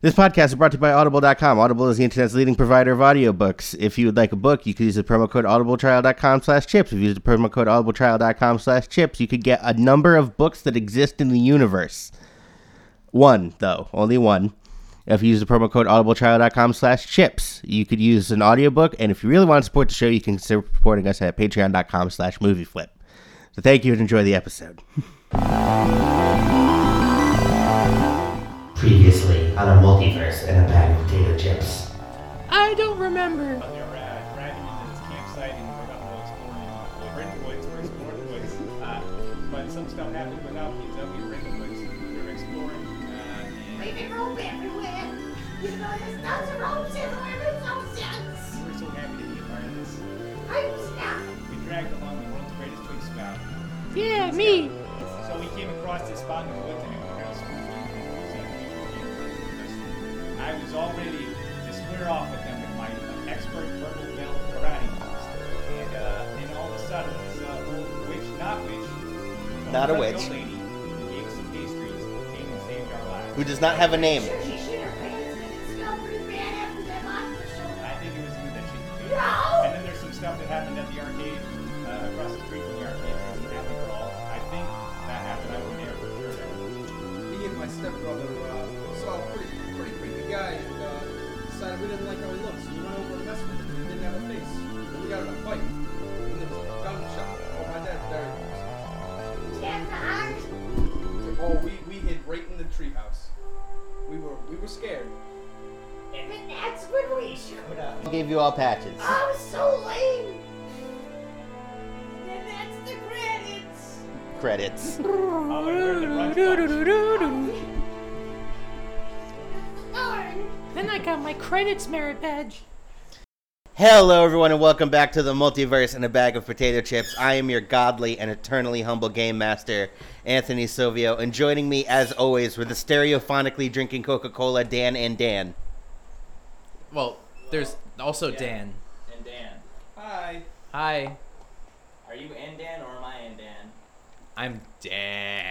This podcast is brought to you by Audible.com. Audible is the internet's leading provider of audiobooks. If you would like a book, you could use the promo code audibletrial.com slash chips. If you use the promo code audibletrial.com slash chips, you could get a number of books that exist in the universe. One, though, only one. If you use the promo code audibletrial.com slash chips, you could use an audiobook. And if you really want to support the show, you can consider supporting us at patreon.com slash movieflip. So thank you and enjoy the episode. Previously on a multiverse and a bag of potato chips. I don't remember. They're ra- ragging into this campsite and they're about to explore it. Like Rindenwoods, we're exploring the woods. Uh, but some stuff happened without the Kentucky or Rindenwoods. They're exploring. Uh, and Leaving rope everywhere. You know, there's lots of ropes everywhere. There's no sense. we're so happy to be a part of this. I'm stuck. We dragged along the world's greatest twig spout. Yeah, me. So we came across this spot in the woods and it was kind of spooky. I was all ready to square off with them with my expert purple belt karate moves. And, uh, and all of a sudden, this uh, old witch, not witch, but Not a old witch. lady who gave us some pastries came and saved our lives. Who does not have a name. Sure, she shit her pants and it smelled pretty bad after that monster show. I think it was you that she did. No! And then there's some stuff that happened at the arcade, uh, across the street from the arcade. There was an alley brawl. I think that happened. I was there for sure. Me and my stepbrother uh, saw a pretty, pretty creepy guy and uh, decided we didn't like how he looked, so we went over and messed with him. He didn't have a face. We got in a fight. And it was a gun shot. Oh, my dad's very close. Tap the arms. Oh, we, we hid right in the treehouse. We were we were scared. And then that's when we showed up. Gave you all patches. I was so lame. And that's the credits. Credits. Oh, I learned the run punch. Oh, Doo-doo-doo-doo-doo. Lauren. Then I got my credits merit badge. Hello, everyone, and welcome back to the multiverse and a bag of potato chips. I am your godly and eternally humble game master, Anthony Silvio, and joining me, as always, were the stereophonically drinking Coca Cola Dan and Dan. Well, there's also Dan. and Dan. Hi. Hi, Are you in Dan or am I in Dan? I'm Dan.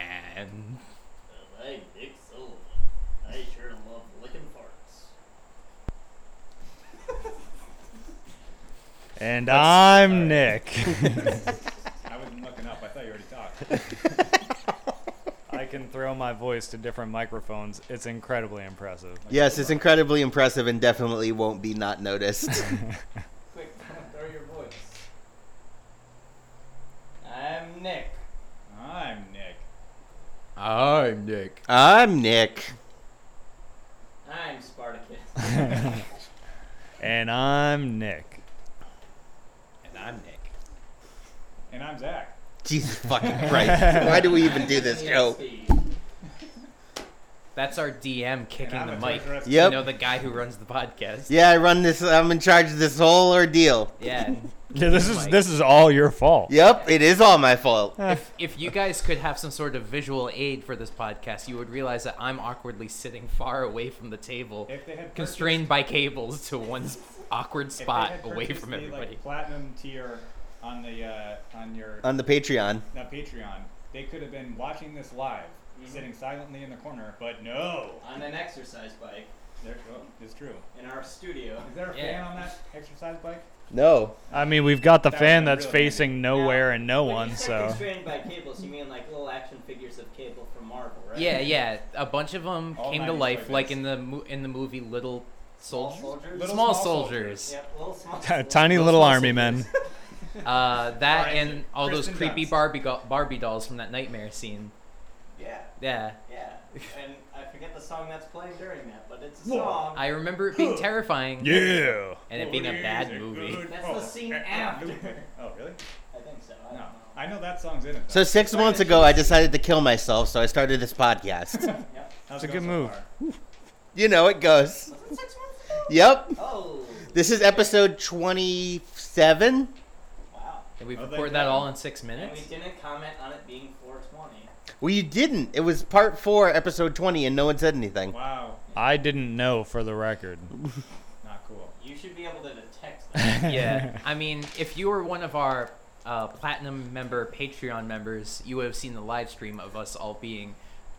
I'm Nick Sullivan. I sure love licking farts. And I'm Nick. I wasn't looking up. I thought you already talked. I can throw my voice to different microphones. It's incredibly impressive. Yes, it's incredibly impressive and definitely won't be not noticed. Quick, throw your voice. I'm Nick. I'm Nick. I'm Nick. I'm Nick. I'm Spartacus. And I'm Nick. And I'm Nick. And I'm Zach. Jesus fucking Christ. Why do we even do this Yes, show? Steve. That's our DM kicking and the I'm a mic. treasure Yep. You know the guy who runs the podcast. Yeah, I run this, I'm in charge of this whole ordeal. Yeah. Yeah, this is this is all your fault. Yep, it is all my fault. If you guys could have some sort of visual aid for this podcast, you would realize that I'm awkwardly sitting far away from the table, If they had constrained by cables to one s- awkward purchased- if they spot had away purchased from the, everybody. Like, platinum tier on the uh, on your On the Patreon. now Patreon. They could have been watching this live, sitting silently in the corner, but no. Mm-hmm. On an exercise bike There, oh, it's true. in our studio. Is there a fan Yeah. on that exercise bike? No. I mean, we've got the That fan was a that's real facing nowhere Now, and no when you one, said so Constrained by cables, you mean like little action figures of cable from Marvel, right? Yeah, yeah. A bunch of them All came to 90s life, like toys. in the mo- in the movie Little Small Soldiers. soldiers. Little small, small soldiers. Yep, little small. tiny Those little small army men. Uh, that Alright, and all those Kristen creepy Dunst. Barbie go- Barbie dolls from that nightmare scene. Yeah. Yeah, Yeah, and I forget the song that's playing during that, but it's a song. I remember it being terrifying. Yeah. and it being a bad movie. That's the scene eh, after. Oh really? I think so. I No, don't know. I know that song's in it. So Though. six months ago, I decided to kill myself, so I started this podcast. Yep. How's It's a it going good so move. far? you know it goes. Was it six months ago? Yep. Oh, This is episode 27. wow. And we Oh, they recorded that got all it. in six And we minutes. didn't comment on it being 420. Well, you didn't. It was part four, episode 20, and no one said anything. Wow, I didn't know for the record. not cool. You should be able to detect that. yeah, I mean, if you were one of our uh, platinum member Patreon members, you would have seen the live stream of us all being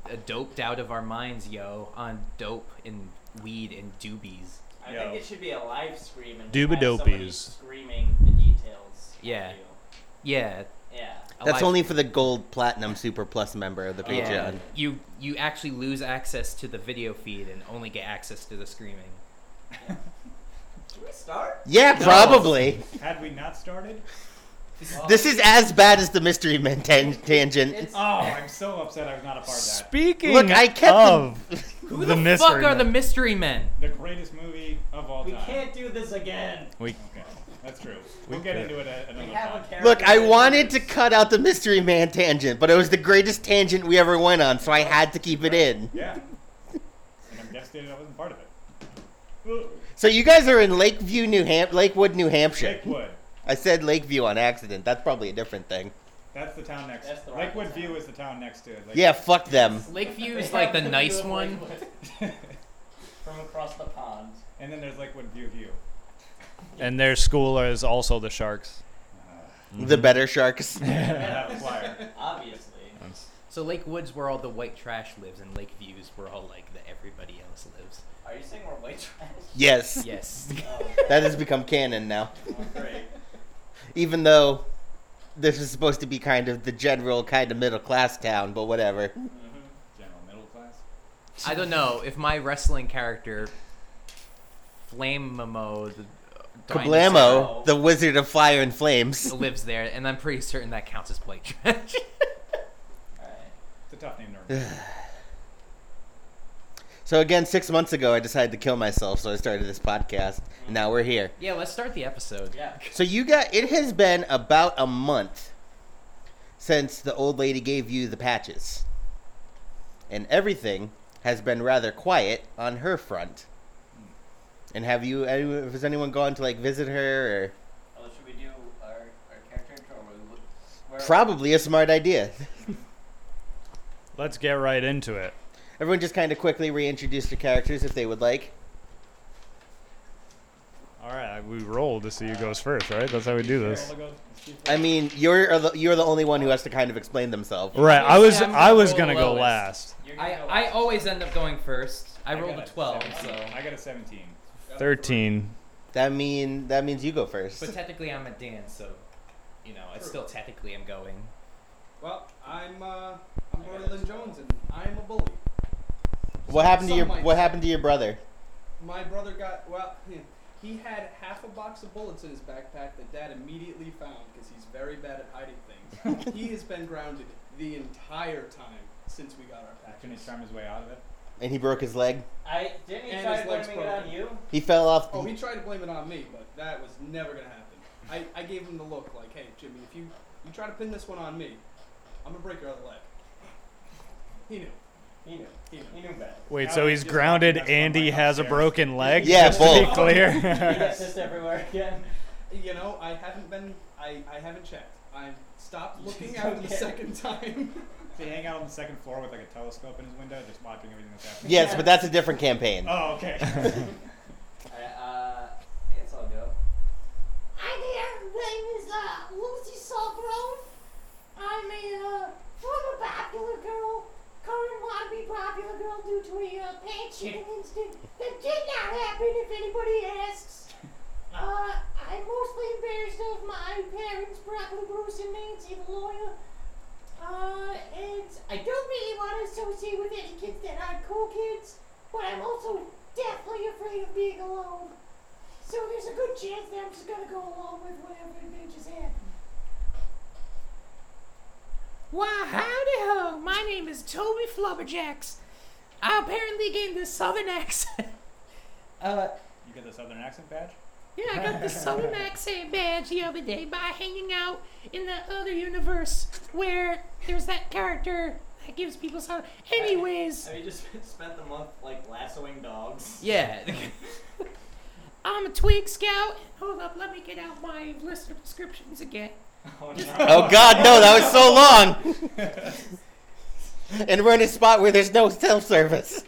uh, doped out of our minds, yo, on dope in weed and doobies. I Yo. think it should be a live stream and Dooba have somebody dopies. screaming the details. for Yeah. you. Yeah, Yeah. a That's live- only for the gold, platinum, super plus member of the Patreon. You you actually lose access to the video feed and only get access to the screaming. Should we start? Yeah, probably. Had we not started? This is as bad as the mystery man tan- tangent. It's- Oh, I'm so upset I was not a part of that. Speaking Look, I kept of Who the, the, fuck mystery are the men- mystery men? The greatest movie of all We time. can't do this again. we, Okay, that's true. We'll get into it at We another have a time. character. Look, I that wanted to is- cut out the mystery man tangent, but it was the greatest tangent we ever went on, so I had to keep it in. Yeah. And I'm devastated I wasn't part of it. So you guys are in Lakeview, New Ham- Lakewood, New Hampshire. Lakewood. I said Lakeview on accident. That's probably a different thing. That's the town next. That's the rival Lakewood town. View is the town next to it. Like, Yeah, fuck them. Lakeview They is like have the view nice of one. Lakewood From across the pond. And then there's Lakewood View View. and their school is also the Sharks. Mm-hmm. The better sharks. That was flyer. Obviously. So Lake Woods where all the white trash lives and Lake Views where all like the everybody else lives. Are you saying we're white trash? Yes, Yes. that has become canon now. Oh, great. Even though this is supposed to be kind of the general kind of middle class town, but whatever. General middle class. I don't know if my wrestling character Flame Mamo the uh, dinosaur, Kablamo, the wizard of fire and flames. lives there and I'm pretty certain that counts as white trash. Alright. It's a tough name to remember. So again, six months ago, I decided to kill myself, so I started this podcast. and Now we're here. yeah, let's start the episode. Yeah. So you got it has been about a month since the old lady gave you the patches. And everything has been rather quiet on her front. And have you any- has anyone gone to like visit her or Oh, should we do our, our character intro? Or we, where probably a smart idea. Let's get right into it. Everyone just kind of quickly reintroduce their characters if they would like. All right, we roll to see who goes first, right? That's how we do this. Roll the go- let's do- I mean, you're the, you're the only one who has to kind of explain themselves. Right, I was Yeah, I'm I was gonna gonna roll go lowest. last. You're gonna I, go I last. always end up going first. I, rolled a got 12, 17. so. I got a 17. Thirteen. That mean that means you go first. But technically, I'm a Dan, so, you know, it's still technically I'm going. Well, I'm uh, I'm Berlin Jones, and I'm a bully. What happened Some to your might What say. happened to your brother? My brother got well. He had half a box of bullets in his backpack that Dad immediately found because he's very bad at hiding things. he has been grounded the entire time since we got our Can he patches. charm his way out of it? And he broke his leg. I didn't he And try his legs blaming it on broken. you? He fell off. Oh, he tried to blame it on me, but that was never gonna happen. I, I gave him the look like, hey Jimmy, if you you try to pin this one on me, I'm gonna break your other leg. He knew. He knew. He knew. He knew better. Wait, Now so we he's just grounded have to mess and he up has a upstairs. broken leg. Yeah, just to be both. He clear. gets this everywhere again. You know, I haven't been I, I haven't checked. I stopped looking after the Okay. second time. Does he hang out on the second floor with like a telescope in his window, just watching everything that's happening? Yes, but that's a different campaign. Oh, okay. Alright, uh, I guess I'll go. I'm here. My name is uh, Lucy Salgrove. I'm a uh, former popular girl, current wannabe popular girl due to a uh, pants shooting incident that did not happen, if anybody asks. Uh, I'm mostly embarrassed of my parents, probably Bruce and Nancy, the lawyer. Uh, and I don't really want to associate with any kids that aren't cool kids, but I'm also deathly afraid of being alone. So there's a good chance that I'm just gonna go along with whatever adventures happen. Wow, howdy ho! My name is Toby Flubberjacks. I apparently gained the southern accent. Uh, You get the southern accent badge? Yeah, I got the southern accent badge the other day by hanging out in that other universe where there's that character that gives people southern. Anyways, Have you just spent the month, like, lassoing dogs? yeah. I'm a twig scout. Hold up, let me get out my list of descriptions again. Oh, no. Oh God, no, that was so long. and we're in a spot where there's no self service.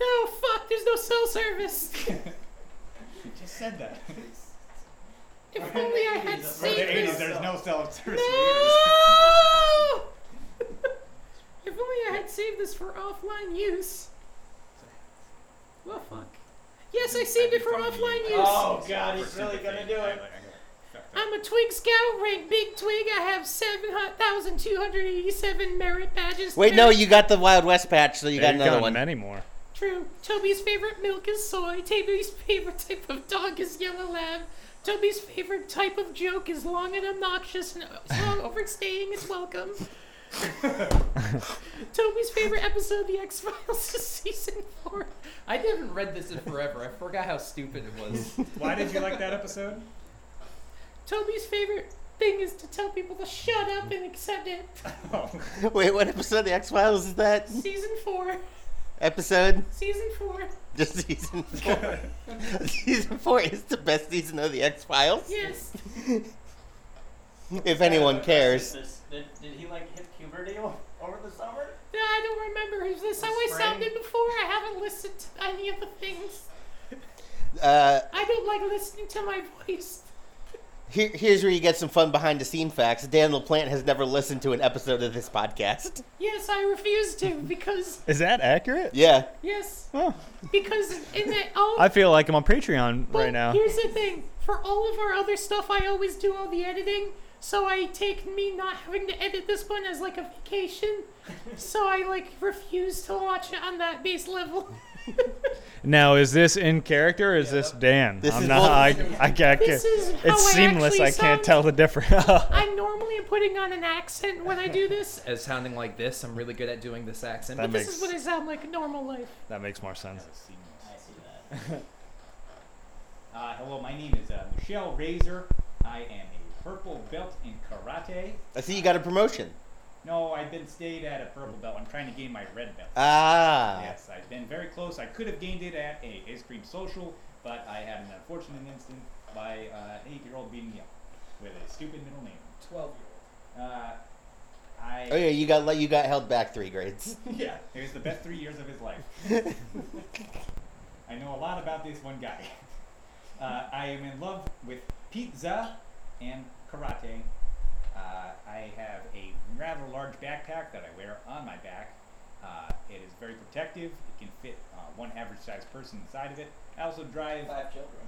No, fuck, there's no cell service. You just said that. If only I had For the In the saved 80s, this. there's no self-service. No! if only I had saved this for offline use. Well, fuck. Yes, I saved it for offline use. Oh god, he's really gonna do it. I'm a Twig Scout, rank Big Twig. I have 7,287 merit badges. Wait, no, Merit- you got the Wild West patch, so you got They've another gotten one. Many more. True. Toby's favorite milk is soy. Toby's favorite type of dog is yellow lab. Toby's favorite type of joke is long and obnoxious and o- long overstaying its welcome. Toby's favorite episode of The X Files is season four. I haven't read this in forever. I forgot how stupid it was. Why did you like that episode? Toby's favorite thing is to tell people to shut up and accept it. Wait, what episode of the X Files is that? Season four. Episode? Season four. Just season four. season four is the best season of the X Files. Yes. If anyone cares. This- Did, did he like hit puberty o- over the summer? No, I don't remember. Is this how I Spring. sounded before? I haven't listened to any of the things. Uh, I don't like listening to my voice. here, here's where you get some fun behind the scene facts. Dan LaPlante has never listened to an episode of this podcast. Yes, I refuse to because Is that accurate? Yeah. yes, Oh, because in that all I feel like I'm on Patreon but right now. Here's the thing: for all of our other stuff, I always do all the editing. So I take me not having to edit this one as like a vacation. so I like refuse to watch it on that base level. Now, is this in character or is this Dan? This I'm is not. both. I, I, can't. This is how I it's seamless. actually I can't sound. tell the difference. I normally am putting on an accent when I do this. As sounding like this, I'm really good at doing this accent. That This makes is what I sound like in normal life. that makes more sense. I see that. Uh, hello, my name is uh, Michelle Razor. I am a purple belt in karate. I see you got a promotion. No, I've been stayed at a purple belt. I'm trying to gain my red belt. Ah. Yes, I've been very close. I could have gained it at a ice cream social, but I had an unfortunate incident by uh, an eight-year-old beating me up with a stupid middle name. Twelve-year-old. Uh, I Oh yeah, you got le- you got held back three grades. yeah, it was the best three years of his life. I know a lot about this one guy. Uh, I am in love with pizza and karate. Uh, I have a rather large backpack that I wear on my back. Uh, it is very protective. It can fit uh, one average-sized person inside of it. I also drive Five children.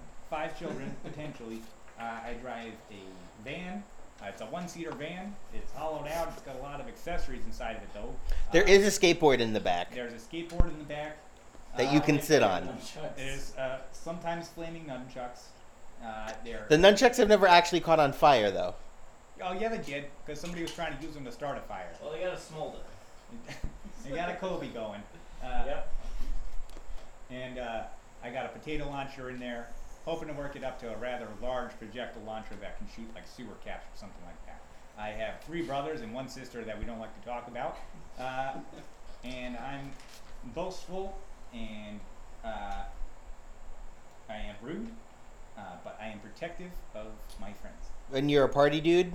five children potentially. Uh, I drive a van. Uh, it's a one-seater van. It's hollowed out. It's got a lot of accessories inside of it, though. There Uh, is a skateboard in the back there's a skateboard in the back. that you Uh, can sit on. There's uh, sometimes flaming nunchucks. Uh, there. The nunchucks have never actually caught on fire though. oh yeah, they did because somebody was trying to use them to start a fire. Well, they got a smolder. they got a Kobe going. Uh, Yep. And uh, I got a potato launcher in there, hoping to work it up to a rather large projectile launcher that can shoot like sewer caps or something like that. I have three brothers and one sister that we don't like to talk about. Uh, and I'm boastful and uh, I am rude, uh, but I am protective of my friends. And you're a party dude.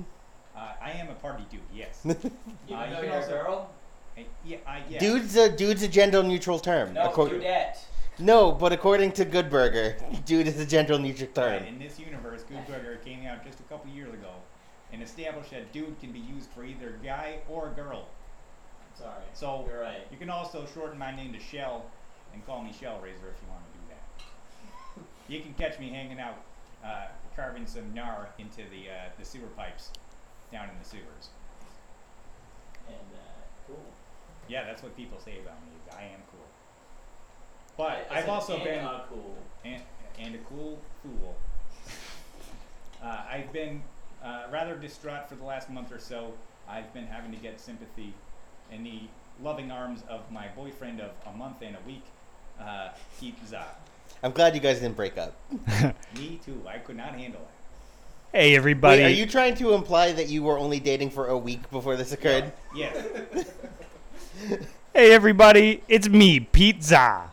Uh, I am a party dude, yes. You Uh, don't you know can you're a also- girl? I- yeah, I, yeah. Dude's a dude's a gender neutral term. No, Accord- dudette. no, but according to Good Burger, dude is a gender neutral Right, term. Uh, in this universe, Good Burger came out just a couple years ago and established that dude can be used for either guy or girl. Sorry. So You're right. you can also shorten my name to Shell and call me Shell Razor if you want to do that. you can catch me hanging out, uh, carving some gnar into the uh, the sewer pipes down in the sewers. And uh, cool. Yeah, that's what people say about me. is I am cool. I- But I I've said, also and been not cool. and, and a cool fool. Uh, I've been uh, rather distraught for the last month or so. I've been having to get sympathy in the loving arms of my boyfriend of a month and a week, uh, Keith Za. I'm glad you guys didn't break up. Me too. I could not handle it. Hey, Wait, everybody. are you trying to imply that you were only dating for a week before this occurred? Yes. Hey, everybody. It's me, Pizza.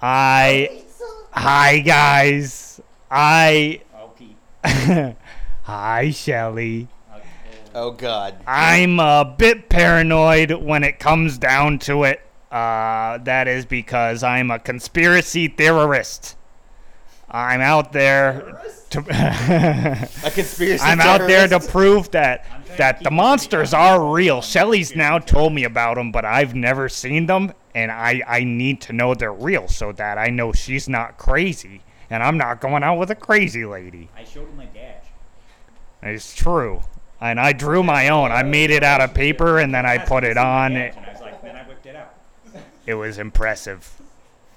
I. Pizza. Hi, guys. I. Oh, Pete. Hi, Shelly. Oh, oh. Oh God. I'm a bit paranoid when it comes down to it. Uh, that is because I'm a conspiracy theorist. I'm out there to A conspiracy. I'm out there to terrorist? prove that I'm that the monsters are real. Shelly's now told me about them, but I've never seen them, and I, I need to know they're real so that I know she's not crazy, and I'm not going out with a crazy lady. I showed him my dash. It's true. And I drew my own. I made it out of paper, and then I put it on. It, And I was like, then I whipped it out. it was impressive.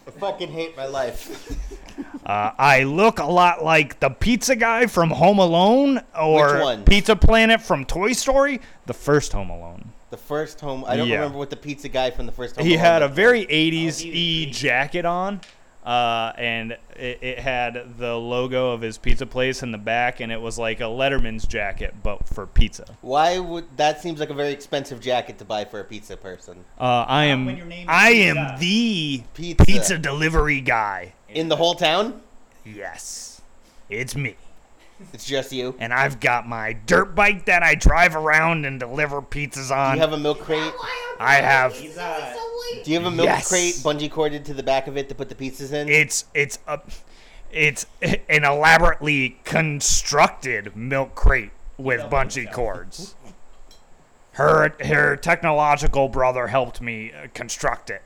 I fucking hate my life. Uh, I look a lot like the pizza guy from Home Alone Which or one? Pizza Planet from Toy Story, the first Home Alone. The first home. I don't Yeah. remember what the pizza guy from the first home. He Alone had a was. very 80s E jacket on, uh, and it, it had the logo of his pizza place in the back, and it was like a Letterman's jacket, but for pizza. Why would that seems like a very expensive jacket to buy for a pizza person Uh, I when your am name is I am Pizza. the Pizza. pizza delivery guy. in the whole town? Yes, it's me. It's just you. and I've got my dirt bike that I drive around and deliver pizzas Do on. you have a milk crate? Why are I have. you He's, so uh, late? Do you have a milk Yes. crate bungee corded to the back of it to put the pizzas in? It's it's a it's an elaborately constructed milk crate with bungee cords. Her her technological brother helped me uh, construct it.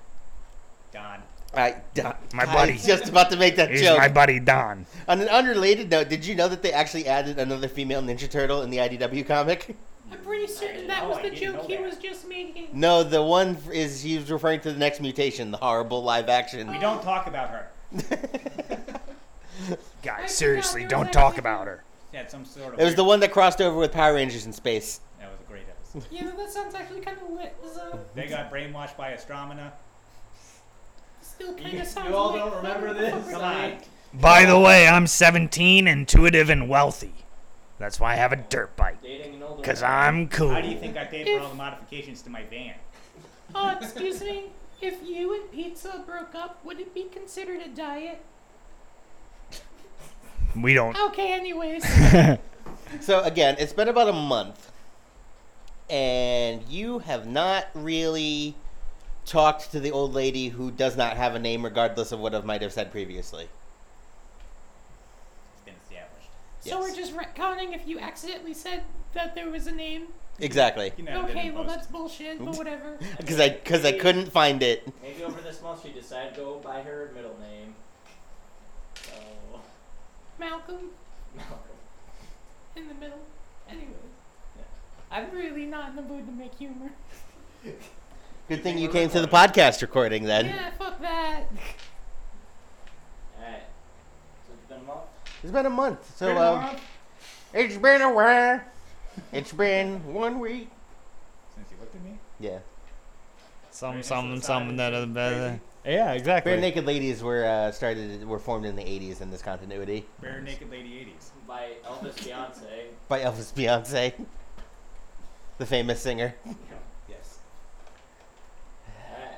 Don. I, Don, My I buddy. was just about to make that He's joke. my buddy Don. On an unrelated note, did you know that they actually added another female Ninja Turtle in the IDW comic? I'm pretty certain that know, was I the didn't know joke he that. was just making. No, the one f- is he was referring to the next mutation, the horrible live action. We don't talk about her. forgot Guys, seriously, there don't was talk actually- about her. She had some sort of. It was the weird- one that crossed over with Power Rangers in space. That was a great episode. Yeah, that sounds actually kind of lit. uh, So They got brainwashed by Astromina. still kind You, of sounds you all lit. don't remember this? Come on. By the way, I'm 17, intuitive, and wealthy. That's why I have a dirt bike. Dating an older Cause I'm cool. How do you think I paid for all the modifications to my van? Oh, excuse me. If you and pizza broke up, would it be considered a diet? we don't Okay, anyways. So again, it's been about a month, and you have not really talked to the old lady who does not have a name, regardless of what I might have said previously. It's been established. So we're Yes. just retconning if you accidentally said that there was a name. Exactly, You know, okay, didn't well post. that's bullshit, but whatever. because I because I couldn't find it. Maybe over this month she decided to go by her middle name. So, Malcolm Malcolm. in the middle. Anyways. I'm really not in the mood to make humor. Good thing you came to the podcast recording then. Yeah, fuck that. Alright. So it's been a month. It's been a month, so um, it's been a while. It's been one week. Since you looked at me. Yeah, Some, Right, some, it's some, the da, side, da, it's da, da. crazy. Yeah, bare exactly. naked ladies were uh, started were formed in the '80s in this continuity Bare Naked Lady 80s. By Elvis Beyonce. by Elvis Beyonce, the famous singer. Yes. Alright.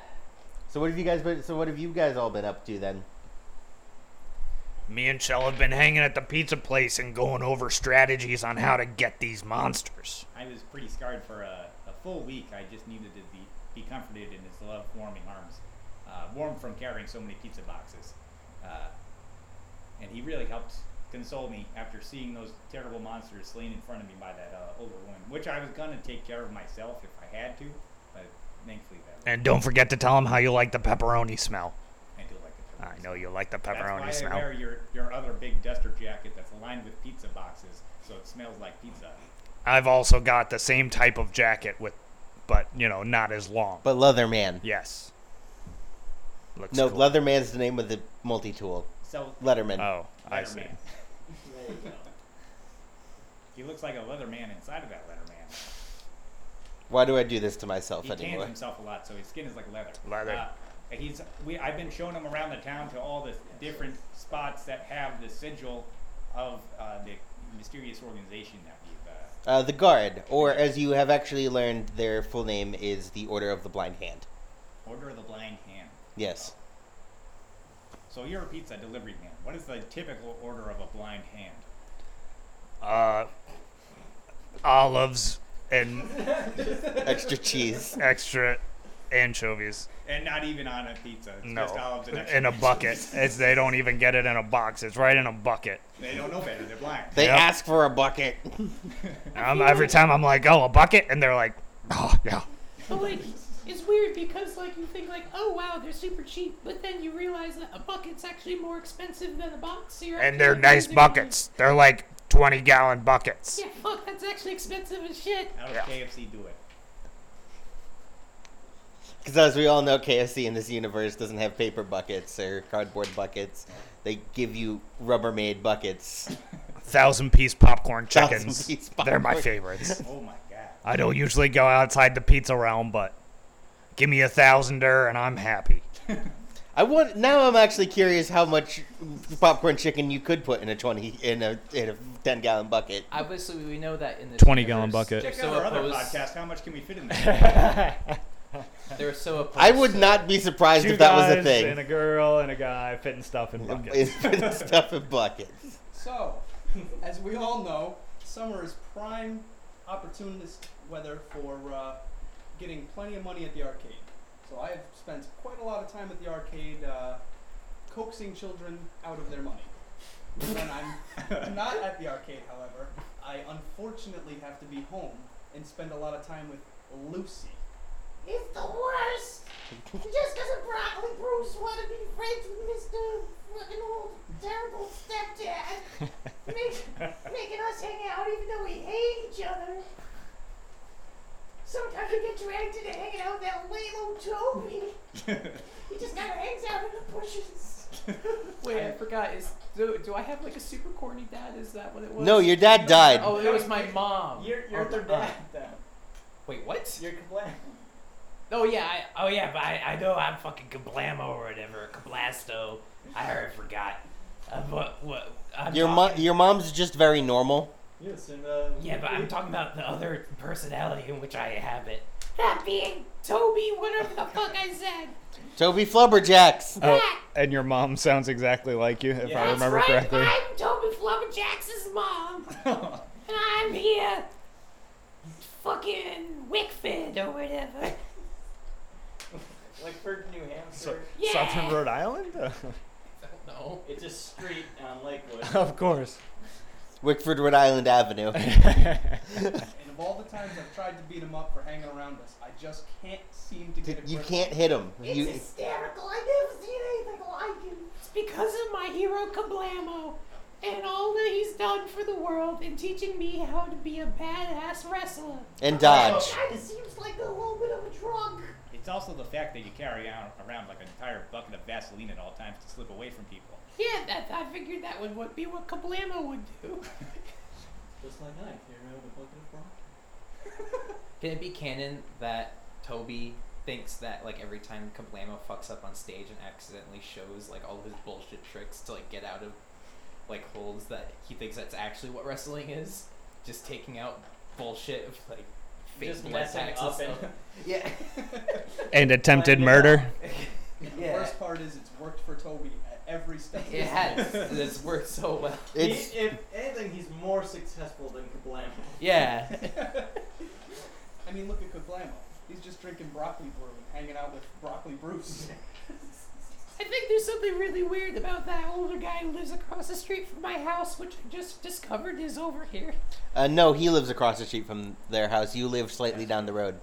So what have you guys been? So what have you guys all been up to then? Me and Shell have been hanging at the pizza place and going over strategies on how to get these monsters. I was pretty scarred for a, a full week. I just needed to be, be comforted in his love warming arms, uh, warm from carrying so many pizza boxes. Uh, and he really helped console me after seeing those terrible monsters slain in front of me by that uh, older woman, which I was going to take care of myself if I had to, but thankfully that And don't forget to tell them how you like the pepperoni smell. I do like the I know you like the pepperoni That's why I smell. wear your, your other big duster jacket that's lined with pizza boxes, so it smells like pizza. I've also got the same type of jacket with, but you know, not as long. But Leatherman. Yes. Looks No, cool. Leatherman's the name of the multi-tool. So, Letterman. Oh, I Letterman. see. There you go. He looks like a leather man inside of that leather man. Why do I do this to myself He tans anymore? himself a lot, so his skin is like leather. Leather. Uh, he's we. I've been showing him around the town to all the different spots that have the sigil of uh, the mysterious organization that we've. Uh, Uh, the Guard, or as you have actually learned, their full name is the Order of the Blind Hand. Order of the Blind Hand. Yes. So you're a pizza delivery man. What is the typical order of a blind hand? Uh, olives and Extra cheese. extra anchovies. And not even on a pizza. It's No, just olives and extra in a anchovies. bucket. It's, they don't even get it in a box. It's right in a bucket. They don't know better. They're black. They Yep. ask for a bucket. Um, every time I'm like, oh, a bucket, and they're like, oh yeah. But like, it's weird because like you think like, oh wow, they're super cheap, but then you realize that a bucket's actually more expensive than a box. So you're And actually they're like, nice using, like- buckets. They're like twenty gallon buckets. Yeah, fuck, that's actually expensive as shit. How does KFC do it? Because as we all know, KFC in this universe doesn't have paper buckets or cardboard buckets. They give you Rubbermaid buckets. Thousand piece popcorn Thousand chickens. piece They're my popcorn. favorites. Oh my god. I don't usually go outside the pizza realm, but give me a thousander and I'm happy. I want now. I'm actually curious how much popcorn chicken you could put in a twenty in a in a ten gallon bucket. Obviously, we know that in this 20 gallon universe, bucket. They're Check so out our other opposed. podcast. How much can we fit in there? They're so opposed. I would to- not be surprised Two if that was guys a thing. and a girl and a guy fitting stuff in buckets. Putting stuff in buckets. So, as we all know, summer is prime opportunist weather for uh, getting plenty of money at the arcade. So I have spent quite a lot of time at the arcade uh, coaxing children out of their money. when I'm not at the arcade, however, I unfortunately have to be home and spend a lot of time with Lucy. It's the worst. Just because of broccoli Bruce want to be friends with Mr. fucking old terrible stepdad, make, making us hang out even though we hate each other. Sometimes we get dragged into hanging out with that Lalo Toby. he just kind of hangs out in the bushes. Wait, I forgot. Is do, do I have like a super corny dad? Is that what it was? No, your dad died. Oh, it was my mom. You're, you're Oh, their uh, dad, then. Wait, what? You're complaining. Oh yeah, I, oh yeah, but I, I know I'm fucking Kablamo or whatever, Kablasto. I already forgot. Uh, but what? I'm Your talking- mom, your mom's just very normal. You're the Simba. Yeah, but I'm talking about the other personality in which I have it. That being Toby, whatever the fuck I said. Toby Flubberjacks. Oh, and your mom sounds exactly like you, if I That's remember right, correctly. I'm Toby Flubberjacks's mom, and I'm here, fucking Wickford or whatever. Lickford, New Hampshire. Yeah. Southern Rhode Island? No. It's a street on Lakewood. of course. Wickford, Rhode Island Avenue. And of all the times I've tried to beat him up for hanging around us, I just can't seem to get it. You grip. can't hit him. It's You, hysterical. I've never seen anything like it. It's because of my hero Kablamo and all that he's done for the world in teaching me how to be a badass wrestler. and dodge. Kind of seems like a little bit of a drunk. it's also the fact that you carry on, around like an entire bucket of Vaseline at all times to slip away from people. Yeah, that, I figured that would, would be what Kablamo would do. Just like I carry out a bucket of broccoli. Can it be canon that Toby thinks that like every time Kablamo fucks up on stage and accidentally shows like all his bullshit tricks to like get out of like holds that he thinks that's actually what wrestling is? Just taking out bullshit of like fake Just blood messing sacks and up and stuff. Yeah. and attempted Planning it murder. And the Yeah. worst part is it's worked for Toby at every step. of It his has. It's worked so well. It's He, if anything, he's more successful than Kablam. Yeah. I mean, look at Kablamo. He's just drinking broccoli brew and hanging out with broccoli Bruce. I think there's something really weird about that older guy who lives across the street from my house, which I just discovered is over here. uh, no, he lives across the street from their house. You live slightly down the road.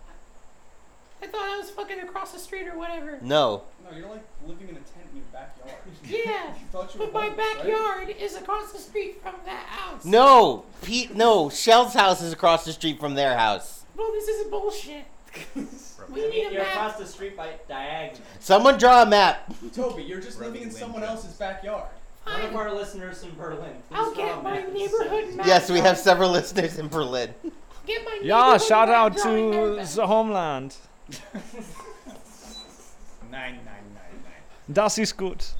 I thought I was fucking across the street or whatever. No, No, you're like living in a tent in your backyard. Yeah, You thought you were but my homeless, right? backyard is across the street from that house. no, Pete. No, Shell's house is across the street from their house. Well, this is bullshit. we I need mean, a you're map. across the street by diagonal. Someone draw a map. Toby, you're just living in Rubbing someone windows. else's backyard. One Fine. of our listeners in Berlin. Please I'll draw get a my map and send neighborhood it. map. Yes, we have several listeners in Berlin. Get my Yeah, neighborhood shout map out drawing to there, then. the homeland. Nine nine nine nine. Das ist gut.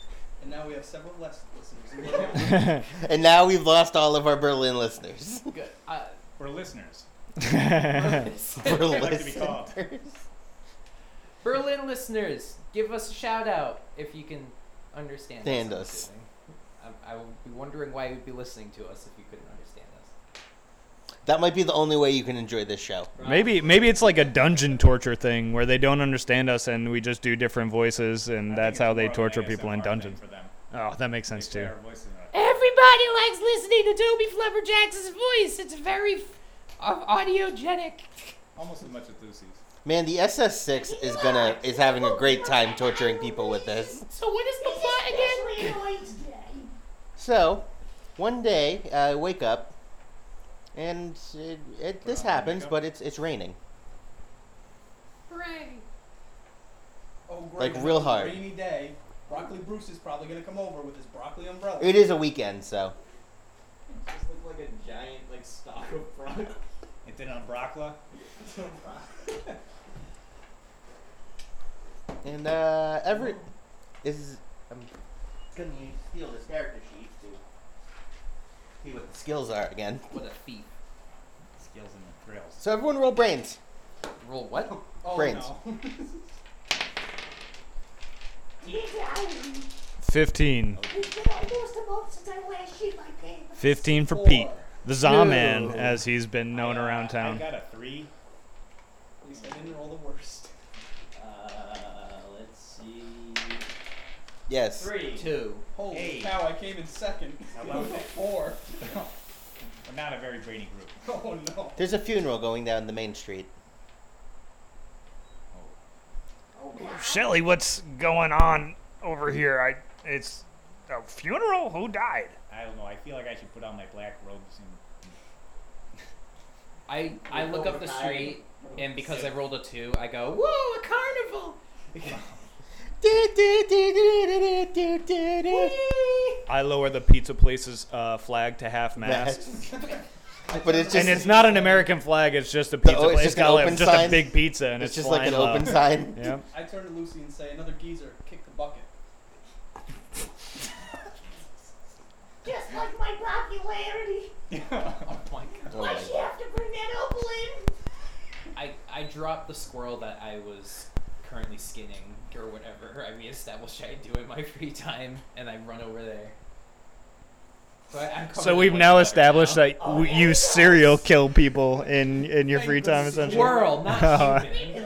And now we have several less listeners. in Berlin. And now we've lost all of our Berlin listeners. Good. Uh, We're listeners. Berlin They like to be called. Berlin listeners, give us a shout out if you can understand Stand I'm Um, us. assuming. I, I would be wondering why you'd be listening to us if you couldn't understand us. That might be the only way you can enjoy this show. Maybe maybe it's like a dungeon torture thing where they don't understand us and we just do different voices and that's how they torture people in dungeons. Oh, that makes sense too. Everybody likes listening to Toby Flubberjacks's voice. It's very f- au- audiogenic. Almost as much as Lucy's. Man, the SS6 is gonna is having a great time torturing people with this. So what is the plot again? So, one day I wake up, and it, it, this happens, but it's it's raining. Hooray. Oh, Like, great. real hard. Rainy day. Broccoli Bruce is probably gonna come over with his broccoli umbrella. It is a weekend, so Just look like a giant like stalk of broccoli. It's an umbrella. and uh, every is I'm gonna use, steal this character sheet to see what the skills are again. What a thief. Skills and the thrills. So everyone roll brains. Roll what? brains. Fifteen. It's been almost a month since I last shit my pants. Fifteen for Pete, the Zaman, Ew. as he's been known around I town. got a three. At least I didn't roll the worst. Uh, let's see. Yes. Three. Two. Holy Eight. cow! I came in second. How about that? Four. We're not a very brainy group. Oh no. There's a funeral going down the main street. Shelly, what's going on over here? I it's a funeral? Who died? I don't know. I feel like I should put on my black robes and I, I look up the street, and because I rolled a two, I go, whoa, a carnival! I lower the pizza place's uh, flag to half mast. But it's just and it's not an American flag. It's just a pizza oh, it's place. just an got like- open just sign. a big pizza, and It's it's, just like flying an low. open sign. Yeah. I turn to Lucy and say, "Another geezer, kick the bucket." Just like my popularity. Oh my god. Why'd she have to bring that opal in? I, I dropped the squirrel that I was currently skinning, or whatever I reestablished I do in my free time, and I run over there. So, I, I'm covered So in we've much now butter established now. that w- you serial kill people in in your free time, essentially. Squirrel, not human.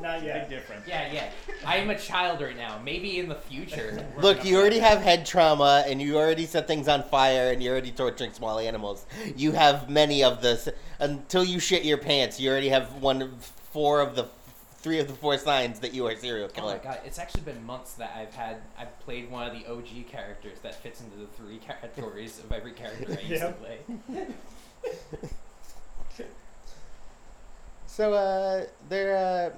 not yet. Big difference. Yeah, yeah. I am a child right now. Maybe in the future. we're Look, gonna- you already have head trauma, and you already set things on fire, and you're already torturing small animals. You have many of this until you shit your pants. You already have one, of four of the, three of the four signs that you are a serial Oh my killer. god, it's actually been months that I've had I've played one of the OG characters that fits into the three categories of every character I used to Yep. play. so, uh, there, uh,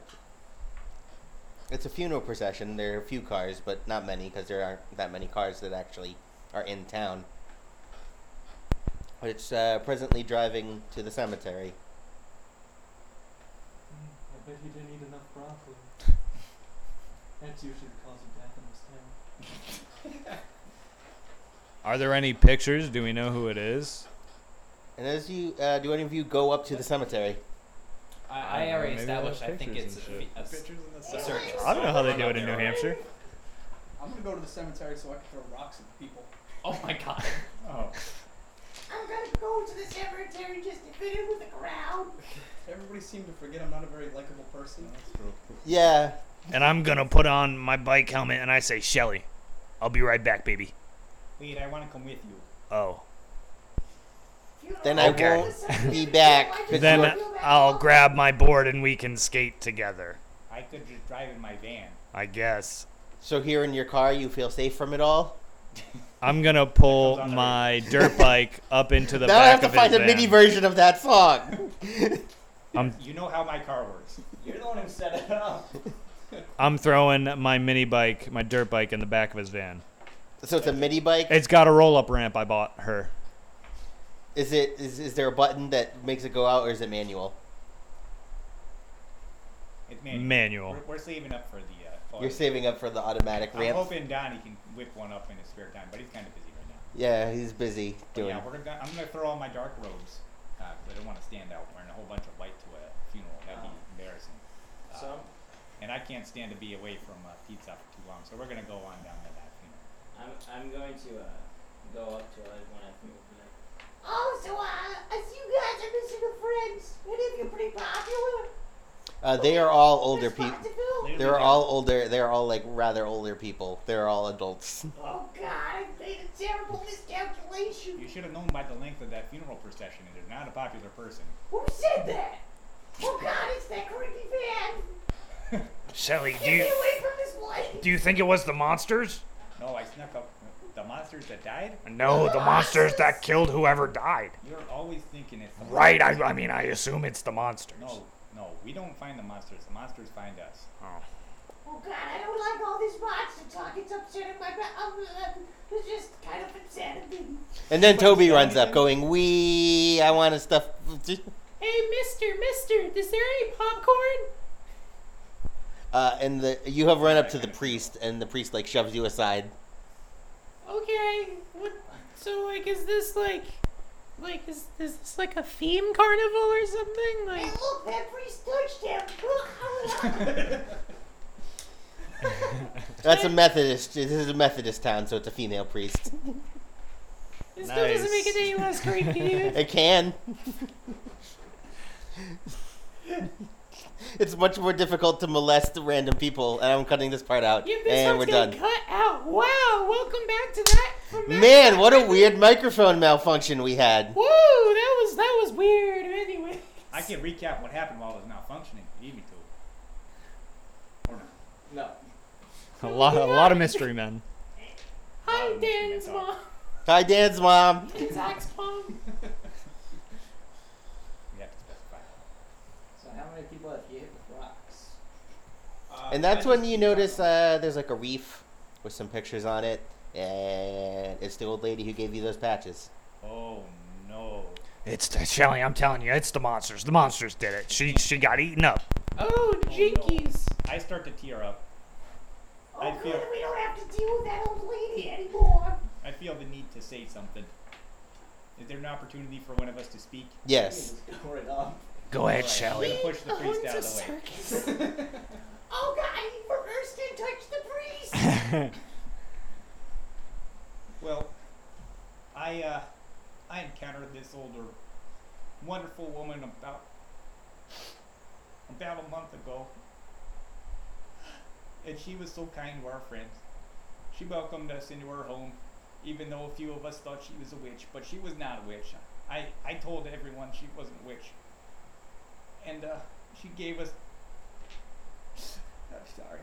it's a funeral procession. There are a few cars, but not many, because there aren't that many cars that actually are in town. But it's uh, presently driving to the cemetery. I bet he didn't eat enough broccoli. That's usually the cause of death in this town. Are there any pictures? Do we know who it is? And as you, uh, do any of you go up to the cemetery? I I, I don't know, already maybe established there's I think pictures it's and shit. a, a, Pictures in the a sun. search. I don't know how they do it in New Hampshire. I'm gonna go to the cemetery so I can throw rocks at people. Oh my god. Oh. I'm gonna go to the cemetery just to fit in with the crowd. Everybody seemed to forget I'm not a very likable person. Yeah, And I'm gonna put on my bike helmet and I say, Shelly, I'll be right back, baby. Wait, I want to come with you. Oh. then Okay. I won't be back. because Then uh, you're- I'll grab my board and we can skate together. I could just drive in my van. I guess. so here in your car, you feel safe from it all. I'm gonna pull That comes on my dirt bike up into the now I back have to of his find a van. mini version of that song. You know how my car works. You're the one who set it up. I'm throwing my mini bike, my dirt bike, in the back of his van. so it's a mini bike. It's got a roll up ramp I bought her. Is it? Is, is there a button that makes it go out, or is it manual? It's manual. Manual. We're, we're saving up for the. Uh, fall. You're saving up for the automatic I'm ramp. hoping Donnie can whip one up in his spare time, but he's kind of busy right now. Yeah, he's busy But doing. yeah, we're gonna, I'm gonna throw on my dark robes. Uh, 'cause I don't want to stand out wearing a whole bunch of white to a funeral. That'd be Oh. embarrassing. Uh, So and I can't stand to be away from uh, pizza for too long, so we're gonna go on down to that funeral. I'm I'm going to uh, go up to like one afternoon Also, uh, as you guys are missing a friend, and if you're pretty popular, Uh, they are all older people. Responsible. They're all older. They're all like rather older people. They're all adults. oh god, I made a terrible miscalculation. You should have known by the length of that funeral procession that they're not a popular person. Who said that? Oh god, it's that creepy man. Shelly, do Get me you away from this place. do you think it was the monsters? No, I snuck up. uh, The monsters that died? No, the monsters that killed whoever died. You're always thinking it's the Right. I, monsters. I mean, I assume it's the monsters. No, no, we don't find the monsters. The monsters find us. Oh god, I don't like all this monster talk. It's upsetting my back. Um, uh, it's just kind of insanity. And then Toby runs up, going, "Wee! I want to stuff." Hey, mister, mister, is there any popcorn? Uh, and the you have run up to the priest, and the priest like shoves you aside. Okay. What? So like, is this like, like is is this like a theme carnival or something? Like, look, that priest touched him. That's a Methodist. This is a Methodist town, so it's a female priest. it still doesn't make it any less creepy, dude. it can. uh, it's much more difficult to molest random people, and I'm cutting this part out, Yeah, this and one's we're getting done. cut out. Wow. Welcome back to that. From that Man, what a weird microphone malfunction we had. Whoa, that was that was weird. Anyway. I can recap what happened while it was not functioning. You need me to. No. A lot, a lot of mystery men. Hi, Dan's mom. Hi, Dan's mom. Zach's mom. We have to specify. So how many people have you hit with rocks? And that's when you notice uh, there's like a reef with some pictures on it, and it's the old lady who gave you those patches. Oh no. It's the, Shelly. I'm telling you, it's the monsters. The monsters did it. She she got eaten up. Oh, jinkies. I start to tear up. Oh, I feel good, we don't have to deal with that old lady anymore. I feel the need to say something. Is there an opportunity for one of us to speak? Yes. Go right off. Go ahead, I'm gonna Shelly. push the priest out of the way. circus. Oh god, he reversed and touched the priest. Well, I uh, I encountered this older, wonderful woman about about a month ago, and she was so kind to our friends. She welcomed us into her home, even though a few of us thought she was a witch, but she was not a witch. I I told everyone she wasn't a witch, and uh, she gave us. I'm sorry.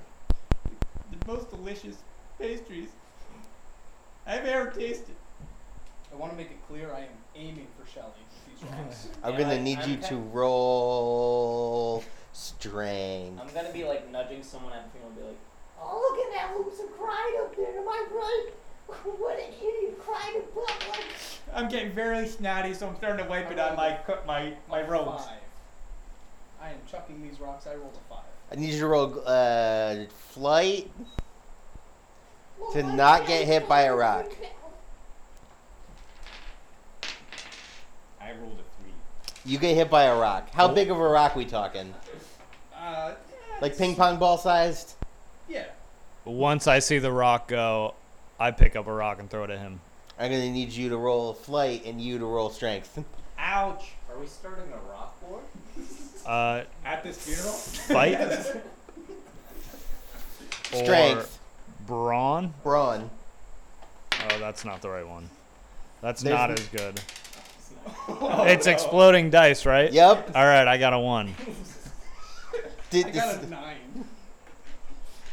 The, the most delicious pastries I've ever tasted. I want to make it clear I am aiming for Shelly with these rocks. I'm Yeah, gonna I- need I'm you kind to of- roll strength. I'm gonna be like nudging someone at the funeral and be like, oh, look at that loser crying up there. Am I right? What an idiot crying about like I'm getting very snotty, so I'm starting to wipe it on my cu- my my robes. Five. I am chucking these rocks. I rolled a five. I need you to roll uh, flight. well, To my not dad get hit by a told rock. me that- I rolled a three. You get hit by a rock. How big of a rock we talking? Uh, Like ping pong ball sized? yeah. Once I see the rock go, I pick up a rock and throw it at him. I'm gonna need you to roll flight and you to roll strength. Ouch! "Are we starting a rock war?" Uh, At this funeral, fight Strength. or brawn? Brawn. Oh, that's not the right one. That's There's not n- as good. Oh, Oh. it's exploding dice, right? Yep. All right, I got a one. Did I got a nine.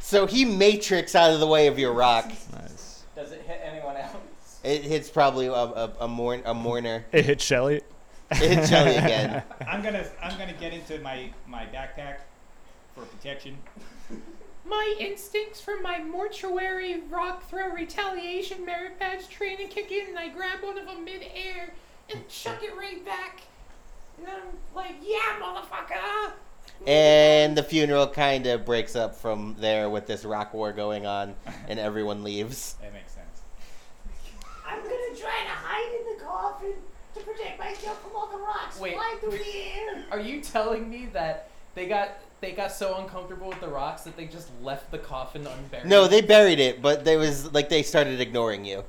so he matrix out of the way of your rock. Nice. Does it hit anyone else? It hits probably a, a, a, mourn, a mourner. It hit Shelly. It hits Shelly again. I'm gonna I'm gonna get into my my backpack for protection. My instincts for my mortuary rock throw retaliation merit badge training kick in, and I grab one of them midair and chuck it right back. And I'm like, yeah, motherfucker! And the funeral kind of breaks up from there with this rock war going on, and everyone leaves. That makes sense. I'm gonna try to hide in the coffin to protect myself from all the rocks Wait. flying through the air. Are you telling me that they got they got so uncomfortable with the rocks that they just left the coffin unburied? No, they buried it, but there was like they started ignoring you.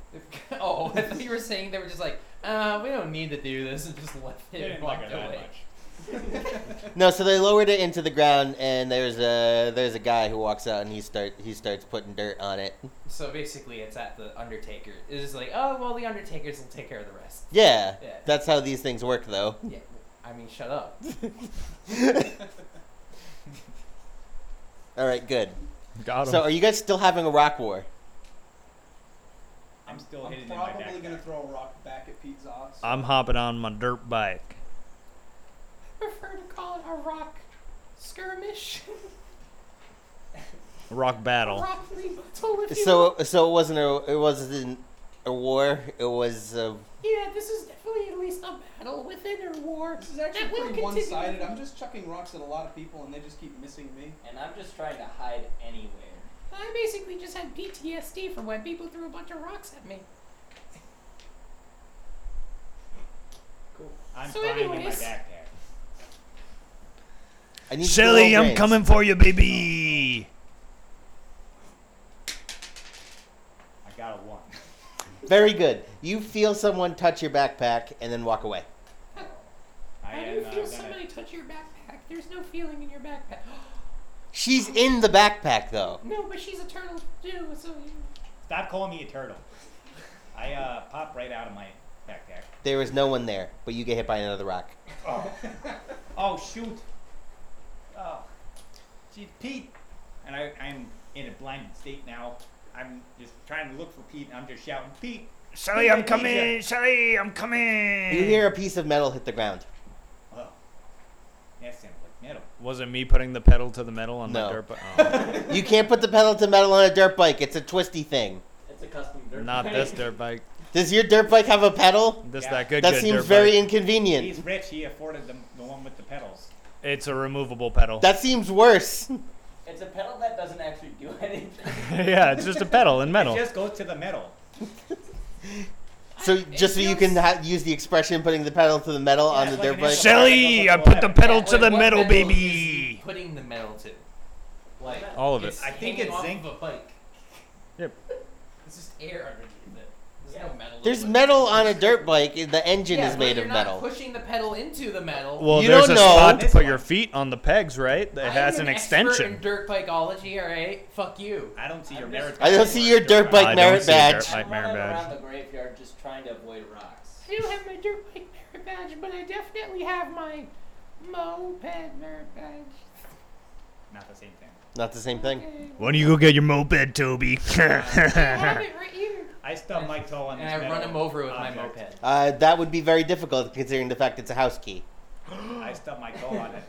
oh, I thought you were saying they were just like, uh, we don't need to do this, and just left They him didn't and like walked her that away. No, so they lowered it into the ground, and there's a there's a guy who walks out, and he start he starts putting dirt on it. So basically, it's at the Undertaker. It's just like, oh well, the Undertakers will take care of the rest. Yeah, Yeah. that's how these things work, though. yeah. I mean, shut up. All right, good. Got 'em. So, are you guys still having a rock war? I'm still I'm hidden in my probably backpack. gonna throw a rock back at Pete Zox. I'm hopping on my dirt bike. prefer to call it a rock skirmish. Rock battle. rock lethal, if you So, so it wasn't a it wasn't a war. It was a, Yeah, this is definitely at least a battle within or war. This is actually that will pretty continue. one-sided. I'm just chucking rocks at a lot of people, and they just keep missing me. And I'm just trying to hide anywhere. I basically just had PTSD from when people threw a bunch of rocks at me. I'm So fine in my anyways- backpack. I need Shelly, to roll I'm brains. coming for you, baby. I got a one. Very good. You feel someone touch your backpack and then walk away. I How do am, you uh, feel gonna- somebody touch your backpack? There's no feeling in your backpack. She's in the backpack though. no, but she's a turtle too, so you- Stop calling me a turtle. I uh, pop right out of my backpack. There is no one there, but you get hit by another rock. Oh, oh shoot. Oh, geez, Pete. And I, I'm in a blinded state now. I'm just trying to look for Pete, and I'm just shouting, Pete. Shelly, Pete, I'm I need ya." coming. Shelly, I'm coming. You hear a piece of metal hit the ground. Oh, that sounds like metal. Was it me putting the pedal to the metal on No. my dirt bike? Oh, You can't put the pedal to metal on a dirt bike. It's a twisty thing. It's a custom dirt not bike. this dirt bike. Does your dirt bike have a pedal? This Yeah. that good. that good seems dirt very Bike. inconvenient. He's rich. He afforded the, the one with the pedals. It's a removable pedal. That seems worse. It's a pedal that doesn't actually do anything. yeah, it's just a pedal and metal. It just goes to the metal. So I- just so it you feels- can ha- use the expression putting the pedal to the metal Yeah, on it's the like dirt an bike. extra- Shelly, I put the pedal Yeah, to wait, the what metal, metal is he baby. Putting the metal to, like, All of it. it's I think hanging it's off zinc. of a bike. Yep. It's just air underneath it. There's no metal. There's underneath metal it. on a dirt bike. The engine Yeah, is but made you're of not metal. Pushing the pedal into the metal. Well, You there's don't a know. spot to This put one. your feet on the pegs, right? That I'm has an Expert extension. in dirt bikeology, all right? Fuck you. I don't see your I'm merit. just- I don't see your dirt bike I don't merit see a dirt badge. bike. I'm Nightmare running badge. around the graveyard just trying to avoid rocks. I do have my dirt bike merit badge, but I definitely have my moped merit badge. Not the same thing. Not the same thing. Okay. When do you go get your moped, Toby? I have it right here. I stub my toe on And this I metal run him over with my object. moped. Uh, that would be very difficult considering the fact it's a house key. I stub my toe on it.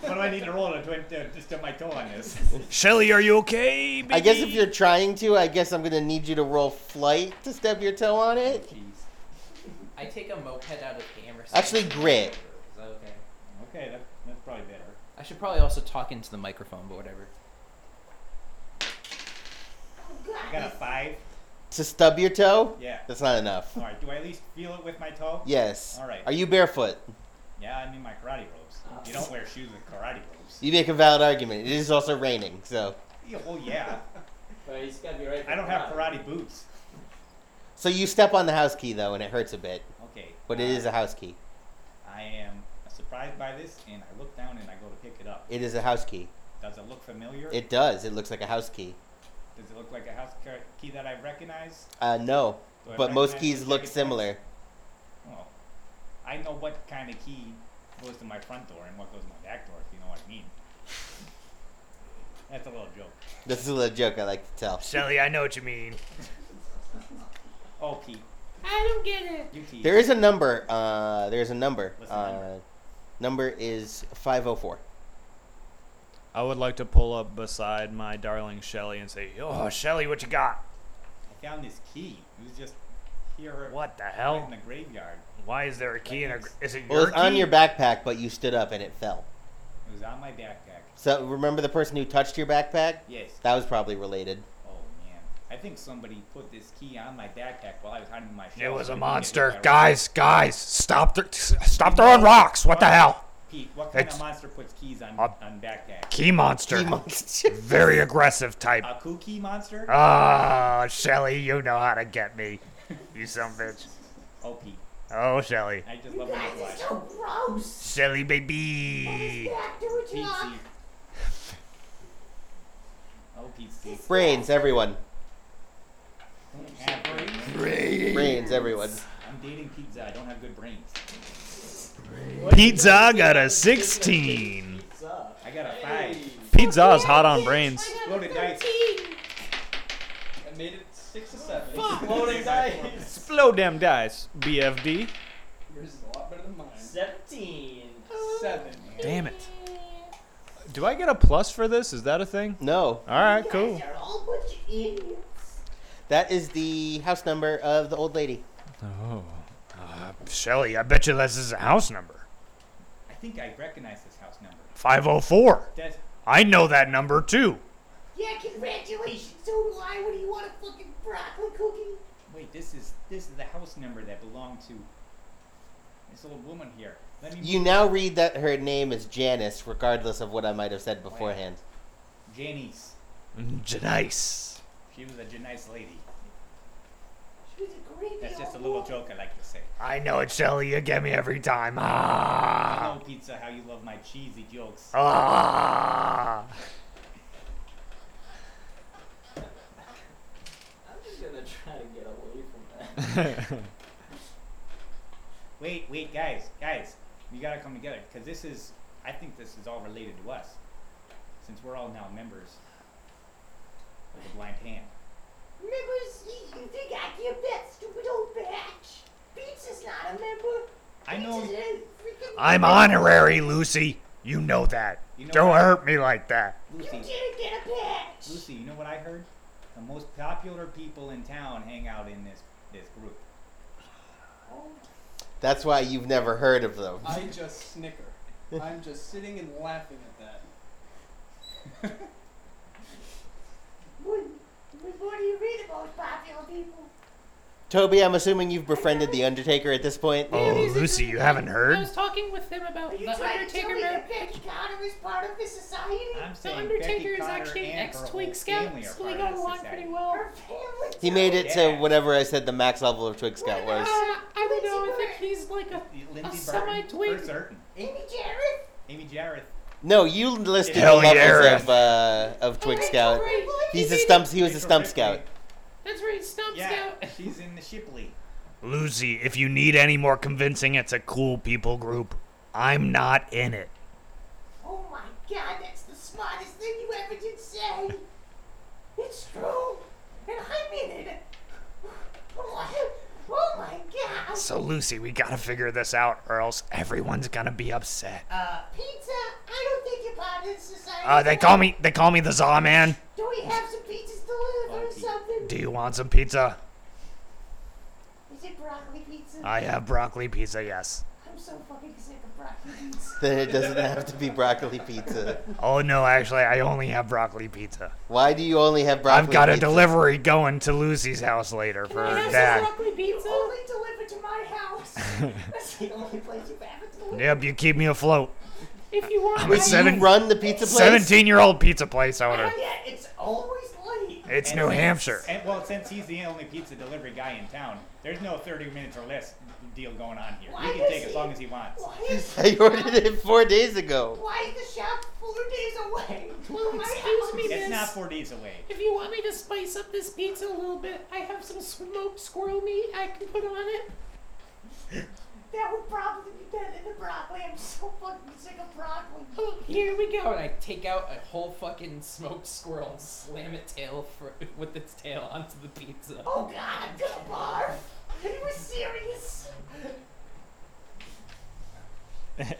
what do I need to roll to, to, to stub my toe on this? Shelly, are you okay, baby? I guess if you're trying to, I guess I'm gonna need you to roll flight to step your toe on it. Jeez. I take a moped out of game or something. Actually, grit. Is that okay? Okay, that, that's probably better. I should probably also talk into the microphone, but whatever. I got a five. To stub your toe? Yeah. Oh, That's not enough. All right. Do I at least feel it with my toe? Yes. All right. Are you barefoot? Yeah, I'm in my karate robes. You don't wear shoes with karate robes. You make a valid argument. It is also raining, so Yeah, Oh yeah. But he's gotta be right. I don't have karate boots. so you step on the house key though, and it hurts a bit, Okay. but it is a house key. I am surprised by this, and I look down and I go to pick it up. It is a house key. Does it look familiar? It does. It looks like a house key. Does it look like a house ca- key that I recognize? Uh, no, Do I but most recognize keys the look ticket tags? similar. Well, I know what kind of key goes to my front door and what goes to my back door, if you know what I mean. That's a little joke. This is a little joke I like to tell. Shelly, I know what you mean. Oh, Pete, I don't get it. you tease. There is a number. Uh, there is a number. What's the Uh, number is five hundred four. I would like to pull up beside my darling Shelly and say, "Oh, Shelly, what you got? I found this key. It was just here What the right in hell? the graveyard. Why is there a key in a? gr- Is it your Well, it's key? on your backpack, but you stood up and it fell. It was on my backpack. So remember the person who touched your backpack? Yes. That was probably related. Oh, man. I think somebody put this key on my backpack while I was hiding in my It shelter was a and didn't get monster, hit by guys, rocks. guys! Stop, th- stop throwing rocks! What the hell? Pete, what kind It's- of monster puts keys on, Up. on backpack? Key monster, Monster. very aggressive type. A kooky monster? Ah, Shelly, you know how to get me. You some bitch. OP. Oh, Shelly. I just love when they fly. So gross. Shelly, baby. Back to a job. OP Steve. Brains, everyone. Have brains. Brains, everyone. I'm dating pizza. I don't have good brains. Pizza got a 16. I got a five. Pizza's hot on brains. Loaded dice. I made it six or seven. Floating dice. Blow them dice, BFD. Yours is a lot better than mine. Seventeen. Seven. Damn it. Do I get a plus for this? Is that a thing? No. All right, cool. They're all bunch of idiots. That is the house number of the old lady. Oh. Uh, Shelly, I bet you this is a house number. I think I recognize this house number. 504. That's I know that number too. Yeah, congratulations. So do I. What do you want a fucking broccoli cookie? wait. This is this is the house number that belonged to this old woman here. Let me. You now read that her name is Janice, regardless of what I might have said beforehand. Janice. Janice. She was a nice lady. She was a great That's just a little joke I like to say. I know it, Shelly. You get me every time. I Ah. know pizza how you love my cheesy jokes. Ah. I'm just gonna try to get away from that. Wait, wait, guys, guys, we gotta come together because this is. I think this is all related to us, since we're all now members of the Blind Hand. Members, you, you think I give that stupid old batch? Pizza's not a member. I know. Pizza's a freaking I'm honorary, Lucy. You know that. You know Don't what? hurt me like that. You Lucy, didn't get a badge. Lucy, you know what I heard? The most popular people in town hang out in this this group. That's why you've never heard of them. I just snicker. I'm just sitting and laughing at that. What, what, what do you mean the most popular people? Toby, I'm assuming you've befriended the Undertaker at this point. Oh, Lucy, you haven't I heard? was talking with him about Are you the trying to tell Undertaker. me mar- that Becky Carter is part of this society? I'm The saying Undertaker Becky is Carter actually an and her ex whole Twig Scout, family are so we part of got this along society. pretty well. Her family He made it to Yeah. whatever I said the max level of Twig Scout Uh, was. I don't know. I think he's like a. Lindsay Burton, semi-twig. for certain. Amy Jarrett? Amy Jarrett. No, you listed the Hell levels yeah. of uh, Oh, of Twig Scout. He's a stump. He was a April stump Ripley. scout. That's right, Stump Yeah, Scout. she's in the Shipley. Lucy, if you need any more convincing, it's a cool people group. I'm not in it. Oh my god, that's the smartest thing you ever did say. It's true. And I mean it. Oh, oh my god. So, Lucy, we gotta figure this out, or else everyone's gonna be upset. Pizza, I don't think you're part of this society. Uh, they call me they call me the Zaw Man. Do we have some pizzas delivered or something? Oh, Do you want some pizza? Is it broccoli pizza? I have broccoli pizza, yes. I'm so fucking sick of broccoli pizza. Then it doesn't have to be broccoli pizza. Oh no, actually, I only have broccoli pizza. Why do you only have broccoli? I've got a pizza? delivery going to Lucy's house later for I her have dad. some broccoli It's pizza. only delivered to my house. That's the only place you've ever delivered. Yep, you keep me afloat. If you want, I'm a I- seven, You run the pizza place. 17 year old pizza place owner. Oh, Yeah, it's always late. It's And- New Hampshire. And well, since he's the only pizza delivery guy in town, there's no 30 minutes or less deal going on here. Why He can does take as he- long as he wants. Why is, I ordered it four days ago. why is the shop four days away? From my Excuse house? me, It's miss. not four days away. If you want me to spice up this pizza a little bit, I have some smoked squirrel meat I can put on it. That would probably be better than broccoli. I'm so fucking sick of broccoli. Oh, here we Oh, and go. I take out a whole fucking smoked squirrel and slam it tail for, with its tail onto the pizza. Oh god, I'm gonna barf. Are you serious?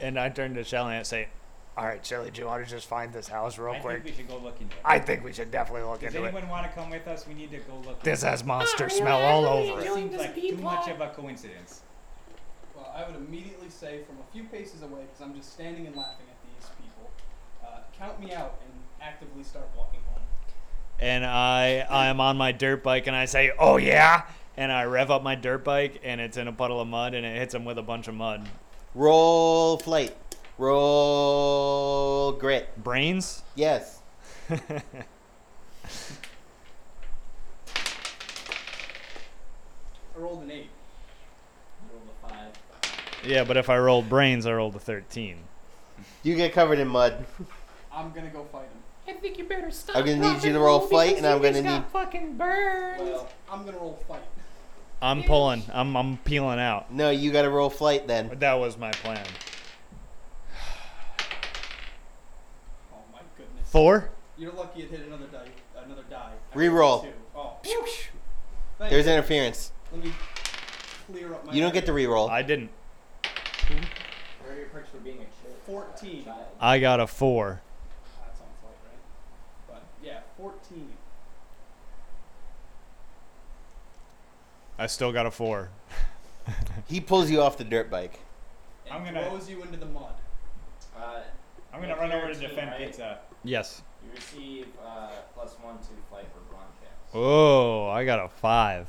And I turned to Shelly and I say, All right, Shelly, do you want to just find this house real I think we should go look into it. I think we should definitely look Does anyone want to come with us? We need to go look. This into has monster Ah, smell yeah, all I over really it. do. Seems Doing this like too much beatbox. of a coincidence. Well, I would immediately say from a few paces away, because I'm just standing and laughing at these people, uh, count me out and actively start walking home. And I, I'm on my dirt bike and I say, Oh, yeah. And I rev up my dirt bike and it's in a puddle of mud and it hits him with a bunch of mud. Roll flight. Roll grit. Brains? Yes. I rolled an eight. Yeah, but if I rolled brains, I rolled a 13. You get covered in mud. I'm gonna go fight him. I think you better stop. I'm gonna need rock you and to roll because flight, and you I'm gonna just got need- fucking burned. I'm gonna roll fight. I'm pulling. I'm I'm peeling out. No, you got to roll flight then. That was my plan. Oh my goodness. Four? You're lucky it hit another die. Another die. I Reroll. rolled a two. Oh. Thank There's you. interference. Let me clear up my. You don't get to reroll. I didn't. Where are your perks for being a Fourteen. I got a four. That's on flight, right? But yeah, fourteen. I still got a four. he pulls you off the dirt bike. And I'm gonna throws you into the mud. Uh, I'm if gonna run you're over a to team, defend right, pizza. Yes. You receive uh, plus one to flight or broadcast. Oh, I got a five.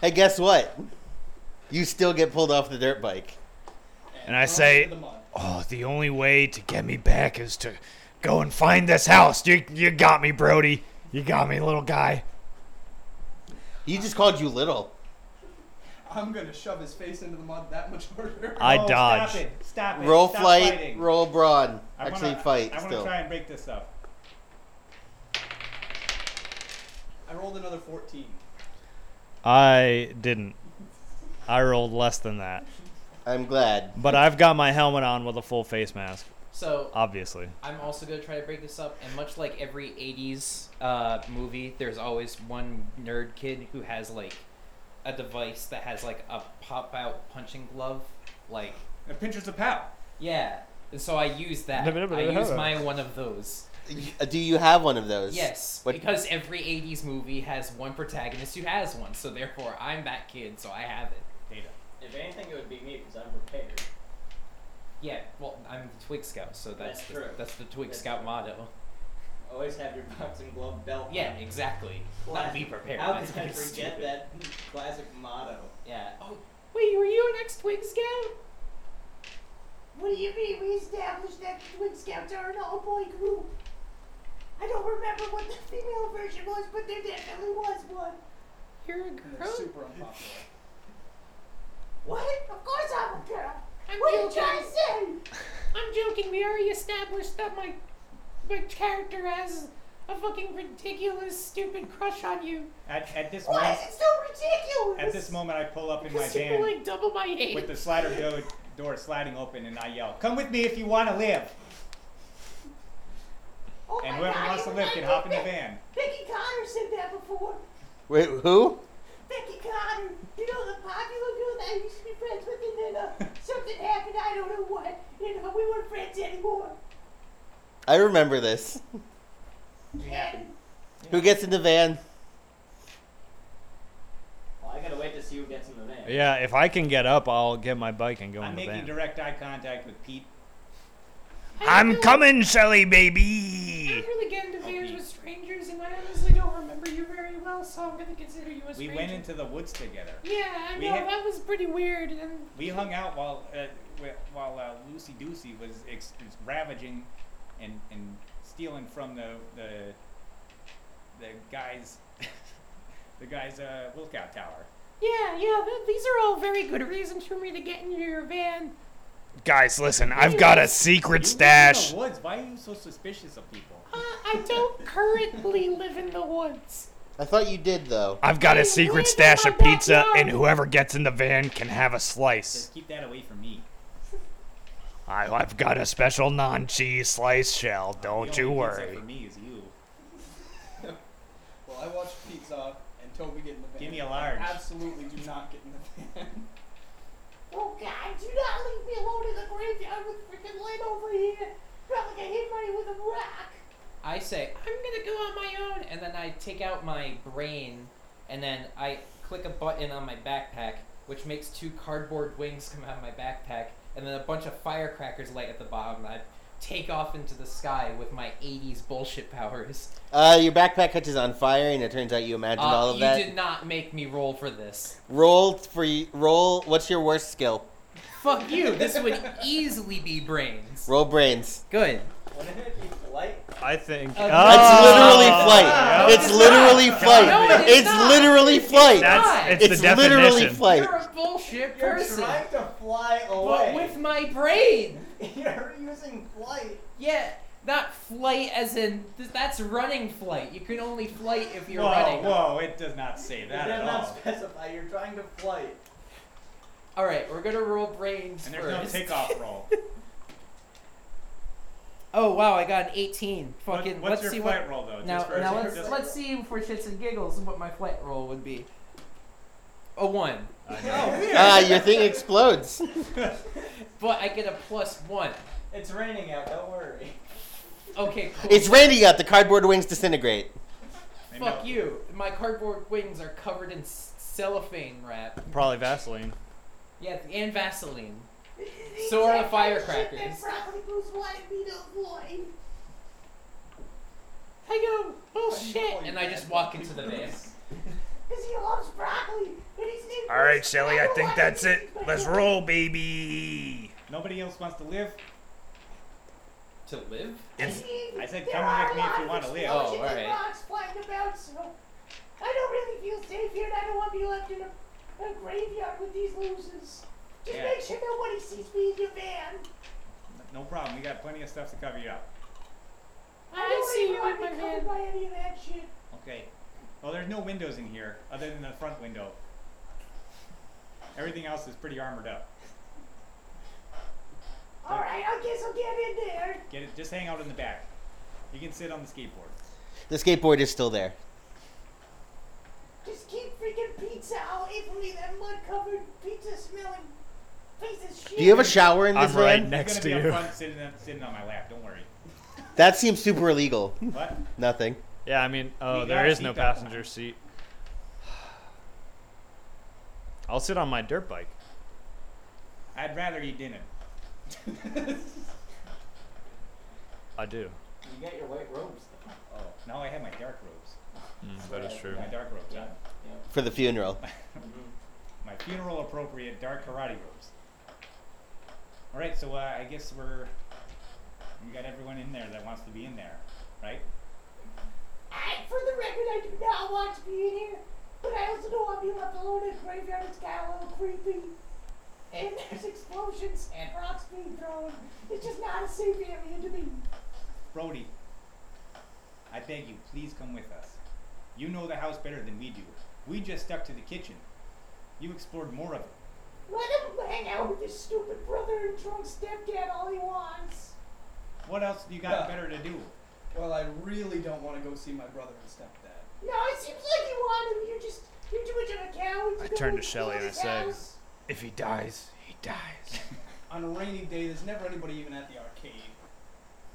Hey, guess what? You still get pulled off the dirt bike. And I say, "Oh, the only way to get me back is to go and find this house. You you got me, Brody. You got me, little guy." He just called you little. I'm gonna shove his face into the mud that much harder. I Oh, dodge. Stop it. Stop it. Roll Stop flight, fighting. roll broad. I Actually, wanna, fight I wanna still. try and break this up. I rolled another fourteen. I didn't. I rolled less than that. I'm glad. But I've got my helmet on with a full face mask. So- obviously. I'm also gonna try to break this up, and much like every '80s uh, movie, there's always one nerd kid who has like a device that has like a pop-out punching glove, like a pinchers of pow. Yeah, and so I use that. I use my one of those. Uh, Do you have one of those? Yes, What- because every '80s movie has one protagonist who has one, so therefore I'm that kid, so I have it. Data. If anything, it would be me because I'm prepared. Yeah, well, I'm the Twig Scout, so that's That's the, true. that's the Twig That's Scout motto. Always have your boxing glove belt. Yeah, on. exactly. Not Classic- be prepared. How that's could I pretty forget stupid. that classic motto? Yeah. Oh, Wait, were you an ex-twig scout? What do you mean? We established that the Twin Scouts are an all-boy group. I don't remember what the female version was, but there definitely was one. You're a And they're super unpopular. What? Of course I'm a girl. I'm what did joking. I say? I'm joking. We already established that my my character has a fucking ridiculous, stupid crush on you. At, at this Why moment, is it so ridiculous? At this moment, I pull up in my Because you're van like double my age. with the slider door, door sliding open, and I yell, "Come with me if you want to live." Oh and my whoever God, wants you to live can remind hop in me the of Vic- van. Vicky Connor said that before. Wait, who? Becky Connor, you know the popular girl that I used to be friends with, and then uh, something happened, I don't know what, and uh, we weren't friends anymore. I remember this. Who gets in the van? Well, I gotta wait to see who gets in the van. Yeah, if I can get up, I'll get my bike and go I'm in the van. making direct eye contact with Pete. I'm coming, Shelly I baby. don't really get into vans with strangers, and I honestly don't remember you very well, so I'm gonna consider you a We stranger. went into the woods together. Yeah, I We know had- that was pretty weird. And We hung out while uh, wh- while uh, Lucy Doocy was, ex- was ravaging and, and stealing from the the the guys the guys uh, Wilkow Tower. yeah, yeah, th- these are all very good reasons for me to get into your van. Guys, listen, I've got a You secret live stash. In the woods. Why are you so suspicious of people? Uh, I don't currently live in the woods. I thought you did though. I've got a live in secret stash my of pizza, backyard. and whoever gets in the van can have a slice. Just keep that away from me. I, I've got a special non-cheese slice shell. Don't The you only pizza worry. For me is you. Well, I watched pizza and Toby get in the van. Give me a large. I absolutely do not get in the van. Oh God, do not leave me alone in the graveyard with freaking Lynn over here. Felt like I hit my with a rock. I say, I'm gonna go on my own, and then I take out my brain, and then I click a button on my backpack, which makes two cardboard wings come out of my backpack, and then a bunch of firecrackers light at the bottom, and I take off into the sky with my 80s bullshit powers. Uh, your backpack catches on fire, and it turns out you imagined Uh, all of you that. did not make me roll for this. Roll for y- roll. What's your worst skill? Fuck you, this would easily be brains. Roll brains. Good. Wouldn't it be polite? I think. That's literally flight. it's literally not. flight. Oh. No, it is it's not. literally flight. That's- it's it's the literally definition. flight. You're a bullshit You're person. trying to fly away. But with my brain. You're using flight. Yeah, not flight as in th- that's running flight. You can only flight if you're whoa, running. whoa! It does not say It that does at not all. specify. You're trying to flight. All right, we're gonna roll brains And there's no first. takeoff roll. oh wow, I got an 18. Fucking. what's let's your see flight what. roll, though? Now, Just for- now just- let's just- let's see for shits and giggles what my flight roll would be. A one. Oh, Ah, your thing explodes. but I get a plus one. It's raining out. Don't worry. Okay. Cool. It's raining out. The cardboard wings disintegrate. Fuck you. My cardboard wings are covered in s- cellophane wrap. Probably Vaseline. Yeah, and Vaseline. So are "Oh, the firecrackers. Shit that broccoli Bruce wanted me to avoid. I go, bullshit! And I just walk into the van. Because he loves broccoli. And he's named All right, Shelly, I think that's it. Let's roll, baby. Nobody else wants to live. To live? Oh, It's- I said, There come are with me a lot if you of want to live. explosions and rocks flying about, so I don't really feel safe here, and I don't want to be left in a, a graveyard with these losers. Just Yeah. make sure nobody sees me in your van. No problem. We got plenty of stuff to cover you up. I, I don't see even you want in to be my covered by any of that shit. Okay. Well, there's no windows in here other than the front window. Everything else is pretty armored up. All right, I guess I'll get in there. Get it? Just hang out in the back. You can sit on the skateboard. The skateboard is still there. Just keep freaking pizza all over me, that mud-covered pizza-smelling piece of shit. Do you have a shower in this I'm van? right next Gonna be up front sitting, sitting on my lap. Don't worry. That seems super illegal. What? Nothing. Yeah, I mean, oh, You there gotta is no keep that passenger seat. I'll sit on my dirt bike. I'd rather you didn't. I do. You got your white robes. Oh, now I have my dark robes. Mm, that is true. My dark robes. on. For the funeral. My funeral appropriate dark karate robes. All right, so uh, I guess we're we got everyone in there that wants to be in there, right? I, for the record, I do not want to be in here, but I also don't want to be left alone in a graveyard. It's got a little creepy. And there's explosions and rocks being thrown. It's just not a safe area to be. Brody, I beg you, please come with us. You know the house better than we do. We just stuck to the kitchen. You explored more of it. Let him hang out with his stupid brother and drunk stepdad all he wants. What else do you got better to do? Well, I really don't want to go see my brother and stepdad. No, it seems like you want him. You're just, you're too much of a coward. I You don't turned to want Shelly be in and I his said, house. "If he dies, he dies." On a rainy day, there's never anybody even at the arcade.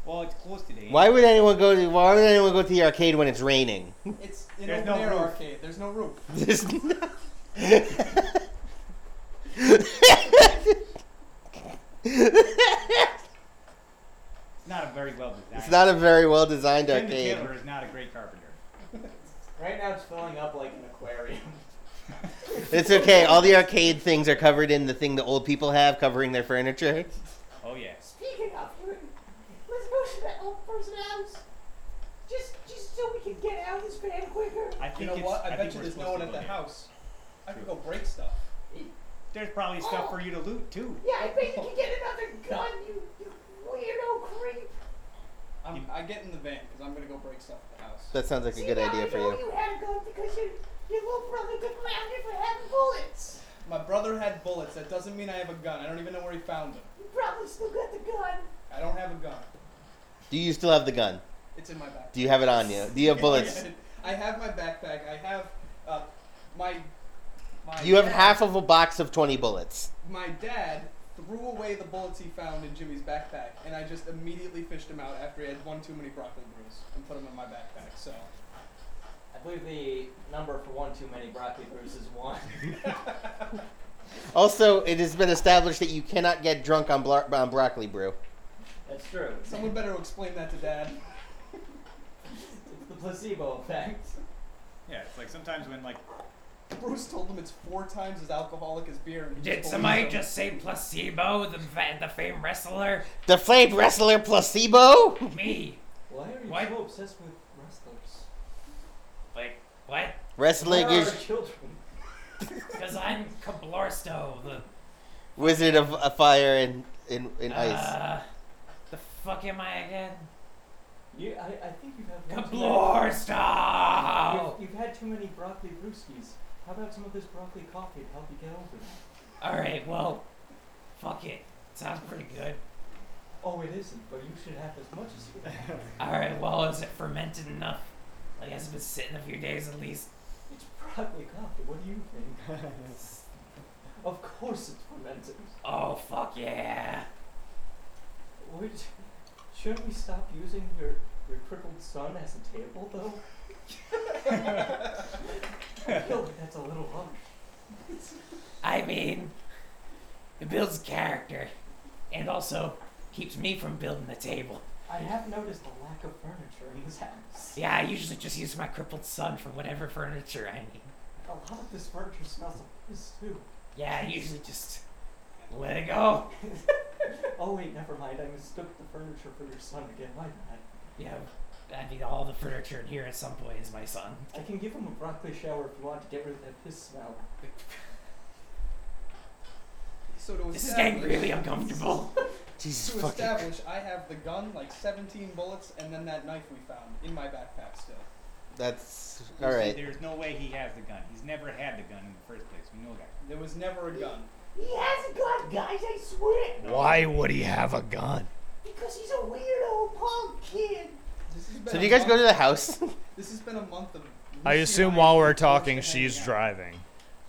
Well, it's closed today. Why would anyone go to Why would anyone go to the arcade when it's raining? It's an There's open no air roof. arcade. There's no roof. There's It's not a very well designed. It's not a very well designed Tim the arcade. Tailor is not a great carpenter. Right now it's filling up like an aquarium. It's okay. All the arcade things are covered in the thing the old people have covering their furniture. Oh yes. Speaking of, let's go to that old person's house. Just, just so we can get out of this van quicker. I think You know it's, what? I, I, think bet you we're there's no one supposed to at go the there. house. I could go break stuff. There's probably stuff for you to loot too. Yeah, I bet you can get another gun, you, you weirdo creep. I'm, I get in the van because I'm gonna go break stuff at the house. That sounds like a See, good now idea I for know you. you had a gun because your, your little brother got grounded for having bullets. My brother had bullets. That doesn't mean I have a gun. I don't even know where he found them. You probably still got the gun. I don't have a gun. Do you still have the gun? It's in my backpack. Do you have it on you? Do you have bullets? I have my backpack. I have uh, my my. You have dad- half of a box of 20 bullets. My dad threw away the bullets he found in Jimmy's backpack, and I just immediately fished him out after he had one too many broccoli brews and put them in my backpack. So I believe the number for one too many broccoli brews is one. Also, it has been established that you cannot get drunk on, blo- on broccoli brew. That's true. someone better explain that to Dad. It's the placebo effect. Yeah, it's like sometimes when like Bruce told him it's four times as alcoholic as beer. And he Did just somebody believed him. just say placebo, the, fa- the famed wrestler? The flayed wrestler placebo? Me. Why are you Why- so obsessed with wrestlers? Wrestling Where are is our children? Because I'm Kablarsto, the Wizard of uh, Fire and in, in Uh, Ice. the fuck am I again? You, I, I think you've had one too many- Kablarsto! You've, you've had too many broccoli brewskis. How about some of this broccoli coffee to help you get over that? All right, well, fuck it. Sounds pretty good. Oh, it isn't, but you should have as much as you can. All right, well, is it fermented enough? Like, has it been sitting a few days at least? It's broccoli coffee. What do you think? of course, it's fermented. Oh, fuck yeah. Would, shouldn't we stop using your your crippled son as a table, though? I feel like that's a little harsh. I mean, it builds character, and also keeps me from building the table. I have noticed a lack of furniture in this house. Yeah, I usually just use my crippled son for whatever furniture I need. A lot of this furniture smells of piss too. Yeah, I usually just let it go. oh wait, never mind. I mistook the furniture for your son again. My bad. Yeah, I mean, all the furniture in here at some point is my son. I can give him a broccoli shower if you want to get rid of that piss smell. So to This is establish- getting really uncomfortable. to establish, I have the gun, like 17 bullets, and then that knife we found in my backpack still. That's You all see, right. There's no way he has the gun. He's never had the gun in the first place. We know that. There was never a gun. He has a gun, guys, I swear. Why would he have a gun? Because he's a weirdo punk kid. This has been So a do you guys month- go to the house? This has been a month of. I assume while we're talking, she's driving.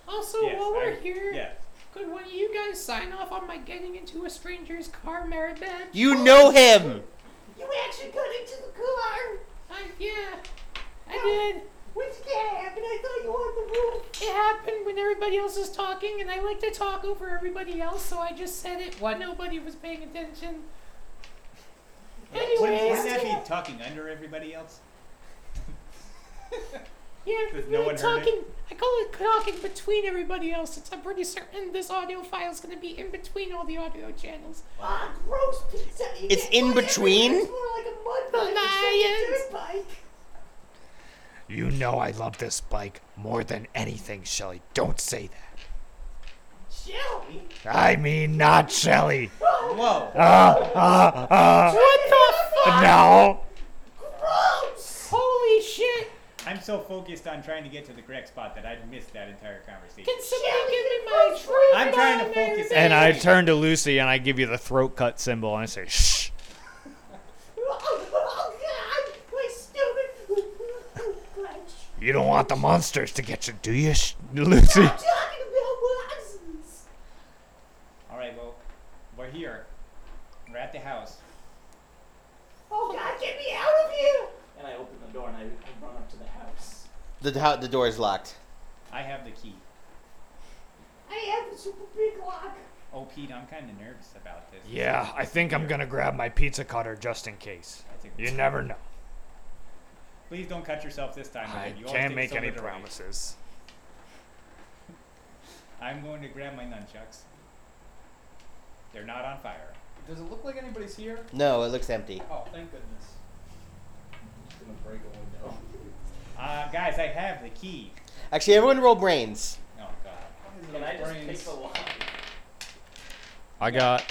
Also, Yes, while we're I- here, yes. could one of you guys sign off on my getting into a stranger's car merit badge? You know him. You actually got into the car. I, Uh, yeah, I did. When did that happen? I thought you were on the roof. It happened when everybody else was talking, and I like to talk over everybody else, so I just said it when nobody was paying attention. Wouldn't- Anyways, Wouldn't that yeah, be tucking under everybody else? yeah, Does no really one heard it? talking. I call it talking between everybody else, since I'm pretty certain this audio file is going to be in between all the audio channels. Ah, gross pizza. You It's get in one everywhere. between? It's more like a mud The bike. It's like a dirt bike. You know I love this bike more than anything, Shelly. Don't say that. Shelly. I mean, not Shelly. Whoa. Uh, uh, uh, What the fuck? no. Gross! Holy shit! I'm so focused on trying to get to the correct spot that I missed that entire conversation. Can somebody give me my tree? I'm trying to focus. And I turn to Lucy and I give you the throat cut symbol and I say, shh. Oh, oh, God. My stupid French. You don't want the monsters to get you, do you, sh- Lucy? I'm talking about Watson's. All right, well, we're here. We're at the house. Oh, God, get me out of here. And I open the door and I, I run up to the house. The ho- the door is locked. I have the key. I have a super big lock. Oh, Pete, I'm kind of nervous about this. Yeah, I think I'm gonna grab my pizza cutter just in case. You never know. Please don't cut yourself this time. I Elaine. You always can't take make so any little risk. promises. I'm going to grab my nunchucks. They're not on fire. Does it look like anybody's here? No, it looks empty. Oh, thank goodness. I'm gonna break a window. Oh. Uh, guys, I have the key. Actually, everyone roll brains. Oh God. Can I just pick the lock? I got,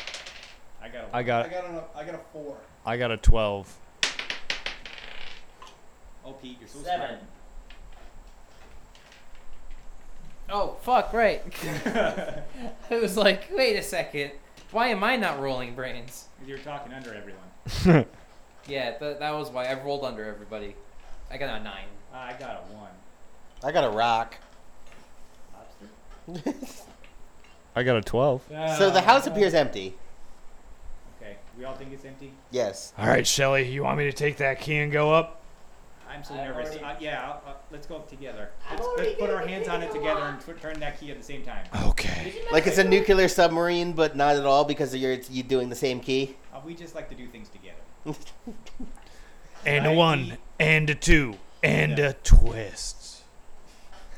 I got. I got, I got, an, I got a four. I got a 12. Oh, Pete, you're so Seven. Oh fuck! Right. smart. I was like, wait a second. Why am I not rolling brains? You're talking under everyone. Yeah, that that was why I rolled under everybody. I got a nine. Uh, I got a one. I got a rock. Lobster? I got a 12. So the house appears empty. Okay. We all think it's empty. Yes. All right, Shelly, you want me to take that key and go up? I'm so I've nervous. already- Uh, yeah, I'll, uh, let's go together. I've Let's, already let's put given our the hands key on to it the together lock. and tw- turn that key at the same time. Okay. Like it's a nuclear submarine, but not at all because you're it's, you doing the same key. Uh, we just like to do things together. And a one, and a two, and a twist.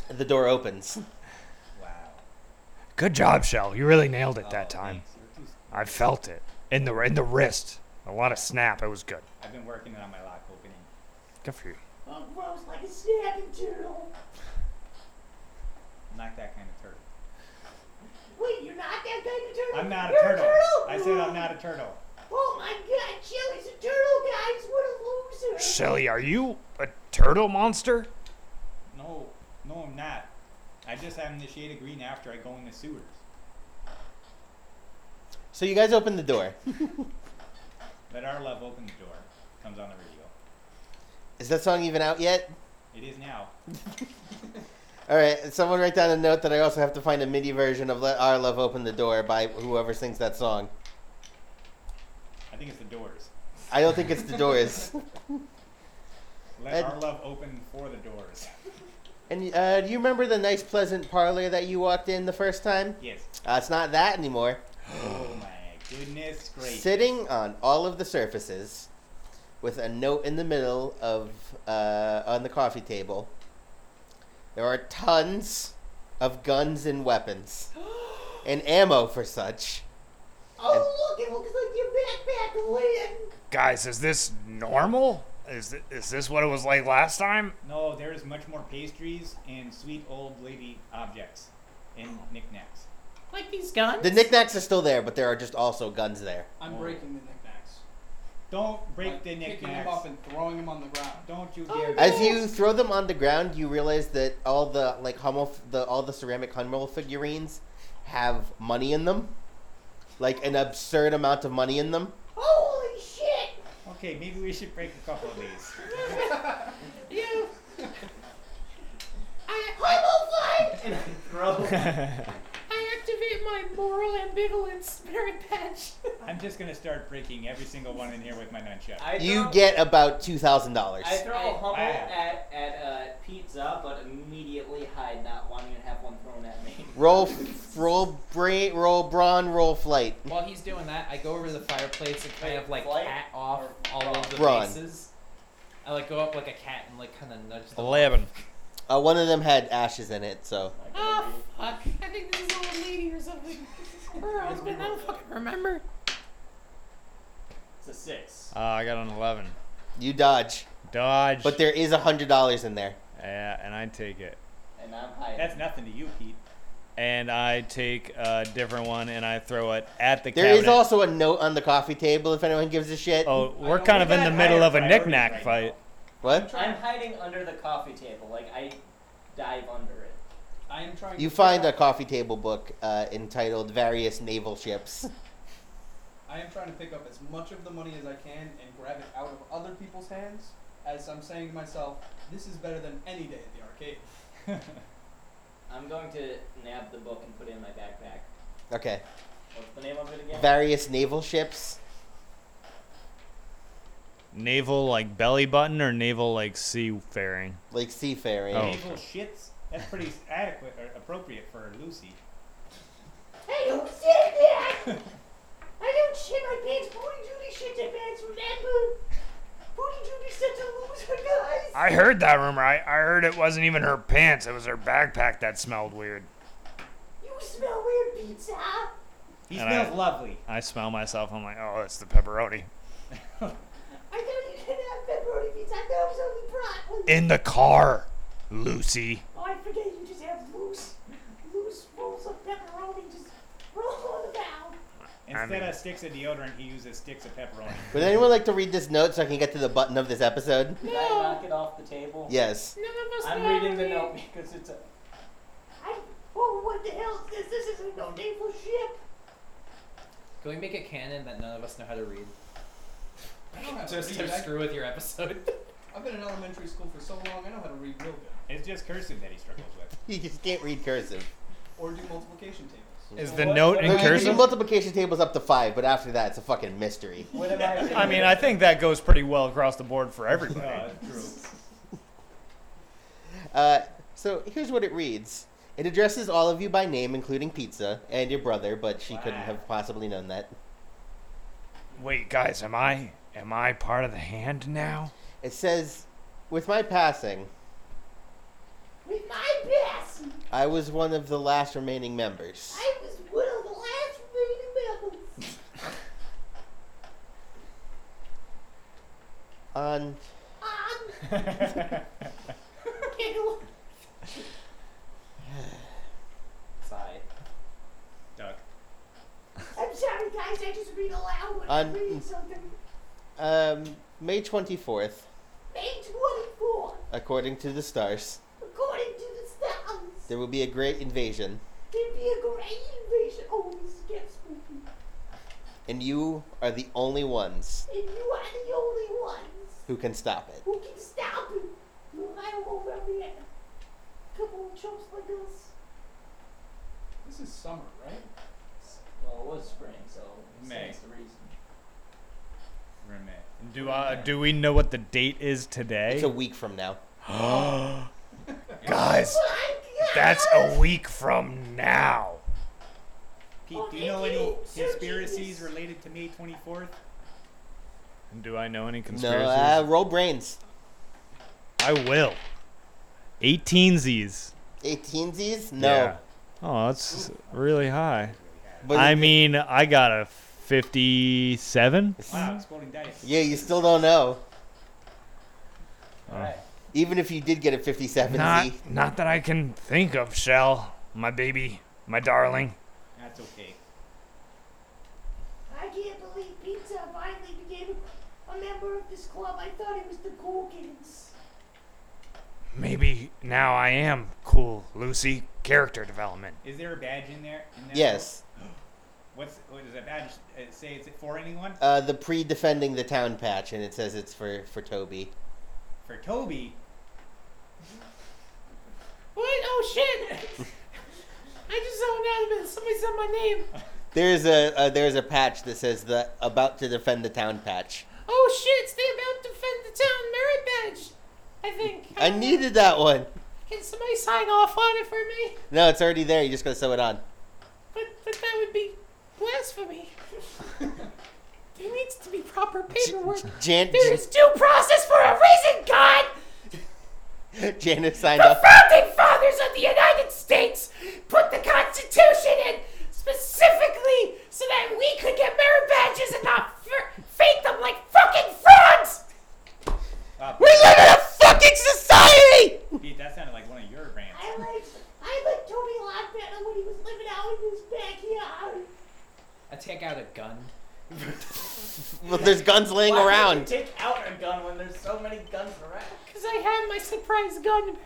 The door opens. Wow. Oh, Good job, Shell. You really nailed it that time. I felt it in the in the wrist. A lot of snap. It was good. I've been working on my lock opening. Um, Good for you. Oh, gross, like a snapping turtle. I'm not a You're a turtle. turtle? I said I'm not a turtle. Oh my god, Shelly's a turtle, guys. What a loser. Shelly, are you a turtle monster? No, no, I'm not. I just am the shade of green after I go in the sewers. So you guys open the door. Let our love open the door. Comes on the radio. Is that song even out yet? It is now. All right, someone write down a note that I also have to find a MIDI version of "Let Our Love Open the Door" by whoever sings that song. I think it's the doors. I don't think it's the Doors. Let Ed- our love open for the doors. And uh, do you remember the nice, pleasant parlor that you walked in the first time? Yes. Uh, it's not that anymore. oh my goodness gracious. Sitting on all of the surfaces, with a note in the middle of uh, on the coffee table. There are tons of guns and weapons, and ammo for such. Oh, look, it looks like your backpack land. Guys, is this normal? Is thi- is this what it was like last time? No, there is much more pastries and sweet old lady objects and knickknacks. Like these guns? The knickknacks are still there, but there are just also guns there. I'm breaking the knickknacks. Don't break like, the Picking them knickknacks. up and throwing them on the ground. Don't you dare! As you throw them on the ground, you realize that all the like Hummel, the all the ceramic Hummel figurines have money in them, like an absurd amount of money in them. Holy shit. Okay, maybe we should break a couple of these. you. I, I will fight. I activate my moral ambivalence spirit patch. I'm just gonna start breaking every single one in here with my nunchuck. I You throw- get about two thousand dollars. I throw a humble Wow. at, at uh, pizza, but immediately hide, not wanting to have one thrown at me. Roll, roll, brain, roll, brawn, roll, flight. While he's doing that, I go over to the fireplace and kind of like cat off all of the Run. faces. I like go up like a cat and like kind of nudge them. Eleven. Uh, one of them had ashes in it, so Oh, fuck. I think this is old lady or something. Her husband, I don't fucking remember. It's a six. uh, I got an eleven. You dodge. Dodge. But there is a hundred dollars in there. Yeah, and I take it. And I'm hiding. That's nothing to you, Pete. And I take a different one and I throw it at the There cabinet. is also a note on the coffee table if anyone gives a shit. Oh, we're kind of in the middle of a knick-knack fight. What? I'm hiding under the coffee table. Like, I dive under it. I am trying You find a coffee table book uh, entitled "Various Naval Ships." I am trying to pick up as much of the money as I can and grab it out of other people's hands as I'm saying to myself, this is better than any day at the arcade. I'm going to nab the book and put it in my backpack. Okay. What's the name of it again? Various naval ships. Naval like belly button or naval like seafaring? Like seafaring. Oh. Naval shits. That's pretty adequate or appropriate for Lucy. Hey, who said that? I don't shit my pants. Booty Judy shit their pants, remember? Booty Judy such a loser, guys. I heard that rumor. I, I heard it wasn't even her pants, it was her backpack that smelled weird. You smell weird pizza. He And smells I- lovely. I smell myself. I'm like, oh, it's the pepperoni. I thought you didn't have pepperoni pizza. I thought it was only brat. In the car, Lucy. Oh, I forget you just have loose, loose rolls of pepperoni just rolling around. Instead mean- of sticks of deodorant, he uses sticks of pepperoni. Would anyone like to read this note so I can get to the button of this episode? Did I knock it off the table? Yes. None I'm know reading the me. note because it's a. I, oh, what the hell is this? This is no naval ship. Can we make a canon that none of us know how to read? I know how to Just read. to I- screw with your episode. I've been in elementary school for so long, I know how to read real good. It's just cursive that he struggles with. You just can't read cursive. Or do multiplication tables. Is the note in No, you can do cursive? multiplication tables up to five, but after that, it's a fucking mystery. What am I I mean, I think that goes pretty well across the board for everybody. Uh, so here's what it reads. It addresses all of you by name, including Pizza and your brother, but she couldn't have possibly known that. Wait, guys, am I am I part of the hand now? It says, "With my passing, With my best, I was one of the last remaining members." I was one of the last remaining members. On Giggle. Sigh. Duck. I on um, May 24th, May 24, according to the stars, according to the stars, there will be a great invasion, there'd be a great invasion. Oh, this gets spooky. and you are the only ones And you are the only ones who can stop it. who can stop it. You and I will be a couple of chumps like us. This is summer, right? Well, it was spring, so it May. stands to reason. We're in May. Do uh, do we know what the date is today? It's a week from now. Guys, that's a week from now. Pete, do you know any conspiracies related to May 24th? Do I know any No, conspiracies? uh, roll brains. I will. 18 Z's. 18 Z's? No. Oh, that's really high. But I it- mean, I got a 57. Wow, exploding dice. Yeah, you still don't know. Oh. Alright. Even if you did get a 57 Z. Not, not that I can think of, Shell. My baby, my darling. That's okay. I can't believe Pizza finally became a member of this club. I thought it was the cool kids. Maybe now I am cool, Lucy. Character development. Is there a badge in there? In there? Yes. What's what does that badge uh, say? It's for anyone? Uh, the pre defending the town patch, and it says it's for, for Toby. For Toby. What? Oh shit! I just zoned out a bit. Somebody said my name. There's a uh, there's a patch that says the about to defend the town patch. Oh shit! It's the about to defend the town merit badge. I think. I needed that one. Can somebody sign off on it for me? No, it's already there. You just gotta sew it on. But but that would be blasphemy. there needs to be proper paperwork. Jan- there is due process for a reason, God. Janice signed The off. founding fathers of the United States put the Constitution in specifically so that we could get merit badges and not f- fake them like fucking frauds. Ah. We live in a fucking society! Pete, that sounded like one of your rants. I liked, I liked Toby a lot better when he was living out in his backyard. I take out a gun. Well, there's guns laying Why would you around. take out a gun when there's so many guns around? Because I have my surprise gun merit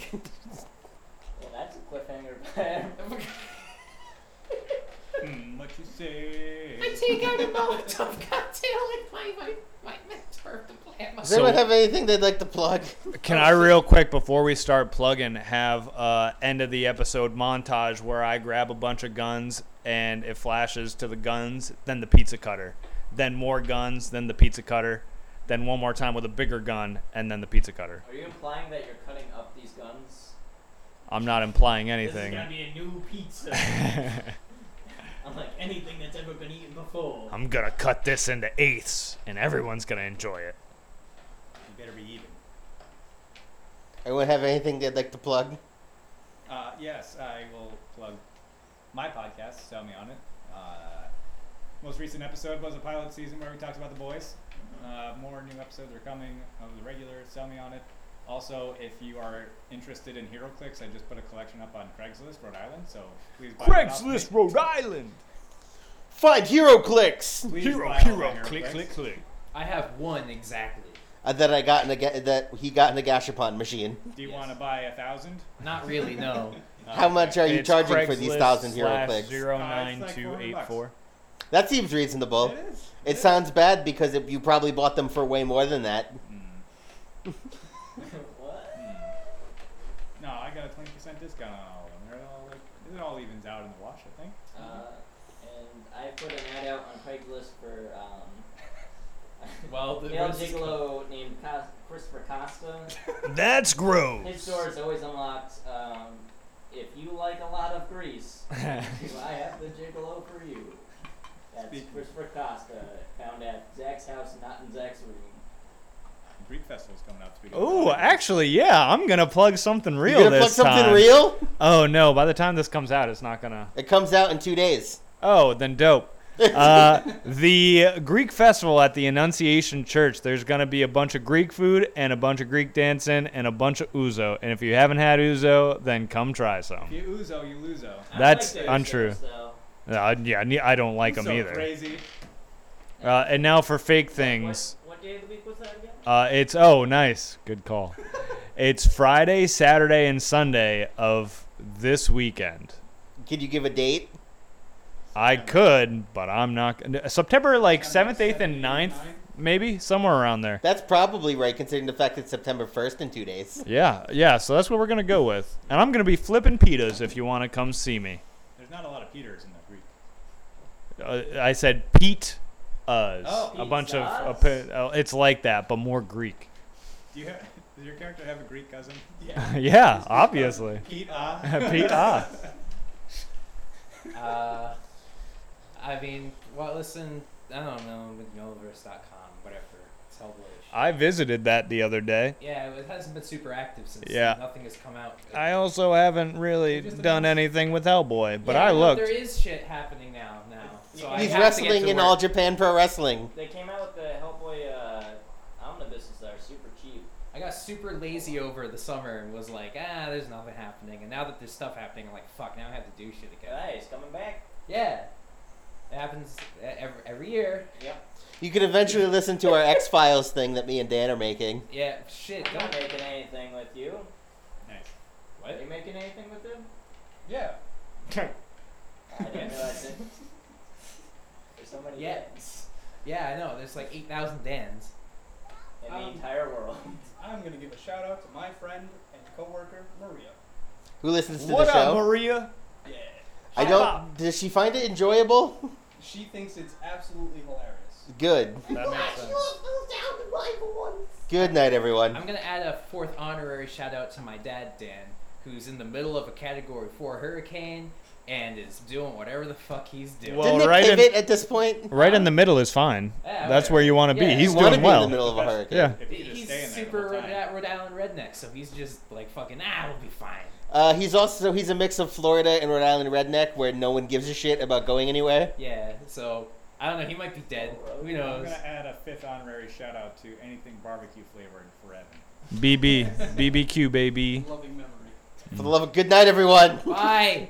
badge. Well, that's a cliffhanger. Hmm, what you say? I take out a Molotov cocktail and my my my mentor the plasma. Does anyone have anything they'd like to plug? Can I, real quick, before we start plugging, have uh, end of the episode montage where I grab a bunch of guns and it flashes to the guns, then the pizza cutter, then more guns, then the pizza cutter, then one more time with a bigger gun, and then the pizza cutter. Are you implying that you're cutting up these guns? I'm not implying This is anything. gonna be a new pizza. Unlike anything that's ever been eaten before. Um, I'm gonna cut this into eighths, and everyone's gonna enjoy it. You better be even. Anyone have anything they'd like to plug? Uh, yes, I will plug my podcast, Sell Me On It. Uh, most recent episode was a pilot season where we talked about the boys. Uh, more new episodes are coming of the regular Sell Me On It. Also, if you are interested in Hero Clicks, I just put a collection up on Craigslist, Rhode Island, so please buy it off me. Rhode Island. Find Hero Clicks. Please buy all my Hero Clicks. click. I have one exactly. Uh, that I got in a ga- that he got in a gashapon machine. Do you want to buy a thousand? Not really, no. How much are you Uh, It's charging for these Craigslist thousand Hero slash Clicks? zero Uh, it's nine like two 400 eight bucks. four. That seems reasonable. It is. It sounds bad because if you probably bought them for way more than that. Hmm. hmm. No, I got a twenty percent discount on all of them. They're all like, it all evens out in the wash, I think. Uh, and I put an ad out on Craigslist for um, Oh, Well, the male rest is- gigolo named Cos- Christopher Costa. That's gross. His door is always unlocked. Um, if you like a lot of grease, I have the gigolo for you. That's Christopher Costa, found at Zach's house, not in Zach's room. Greek festival's coming up. speaking of Oh, that. actually, yeah, I'm gonna plug something real gonna plug this something time. real? Oh no! By the time this comes out, it's not gonna. It comes out in two days. Oh, then dope. uh, the Greek festival at the Annunciation Church. There's gonna be a bunch of Greek food and a bunch of Greek dancing and a bunch of ouzo. And if you haven't had ouzo, then come try If some. you oozo, you loozo. That's untrue. Uh, yeah, I don't like them so either. Crazy. Uh, and now for fake things. What day of the week was that again? Uh, it's oh nice, good call. it's Friday, Saturday, and Sunday of this weekend. Could you give a date? I could, but I'm not. gonna- September like seventh, eighth, and 9th, maybe somewhere around there. That's probably right, considering the fact it's September 1st in two days. Yeah, yeah. So that's what we're gonna go with, and I'm gonna be flipping pitas if you want to come see me. There's not a lot of Peters in the Greek. Uh, I said Pete, us Oh. a bunch of. A, pe- oh, it's like that, but more Greek. Do you have, does your character have a Greek cousin? yeah, obviously. Pete Ah. Pete Ah. uh, I mean, well, listen, I don't know, with Millverse.com, whatever. It's Hellblade. I visited that the other day. Yeah, it hasn't been super active since Yeah. nothing has come out. I also haven't really done anything with Hellboy, but Yeah, I no, looked. There is shit happening now. Now, so I have He's to get wrestling to in work. All Japan Pro Wrestling. They came out with the Hellboy uh, omnibuses that are super cheap. I got super lazy over the summer and was like, ah, there's nothing happening. And now that there's stuff happening, I'm like, fuck, now I have to do shit again. Hey, it's coming back. Yeah. It happens e- every, every year. Yep. You could eventually listen to our X Files thing that me and Dan are making. Yeah, shit. I'm not making anything with you. Nice. What? Are you making anything with them? Yeah. I didn't realize it. There's so many Yeah. Dens Yeah, I know. There's like 8,000 Dans. in the Um, entire world. I'm going to give a shout out to my friend and coworker Maria. Who listens to What the show? up, Maria? Yeah. I don't. Does she find it enjoyable? She thinks it's absolutely hilarious. Good. That makes Watch, sense. look, goes down to my voice. Good night, everyone. I'm going to add a fourth honorary shout out to my dad, Dan, who's in the middle of a Category 4 hurricane and is doing whatever the fuck he's doing. Well, Didn't Oh, right it in- pivot at this point? Right in the middle is fine. Yeah, That's okay. where you want to be. Yeah, He's you doing wanna be in the well. middle of a hurricane. Yeah. If you just He's stay in there the super whole Rhode, time. Rhode Island redneck, so he's just like fucking, ah, we'll be fine. Uh, he's also he's a mix of Florida and Rhode Island redneck, where no one gives a shit about going anywhere. Yeah, so I don't know. He might be dead. Who I'm knows? going to add a fifth honorary shout out to anything barbecue flavored for Evan. BB, BBQ, baby. Loving memory. For the love of good night, everyone. Bye.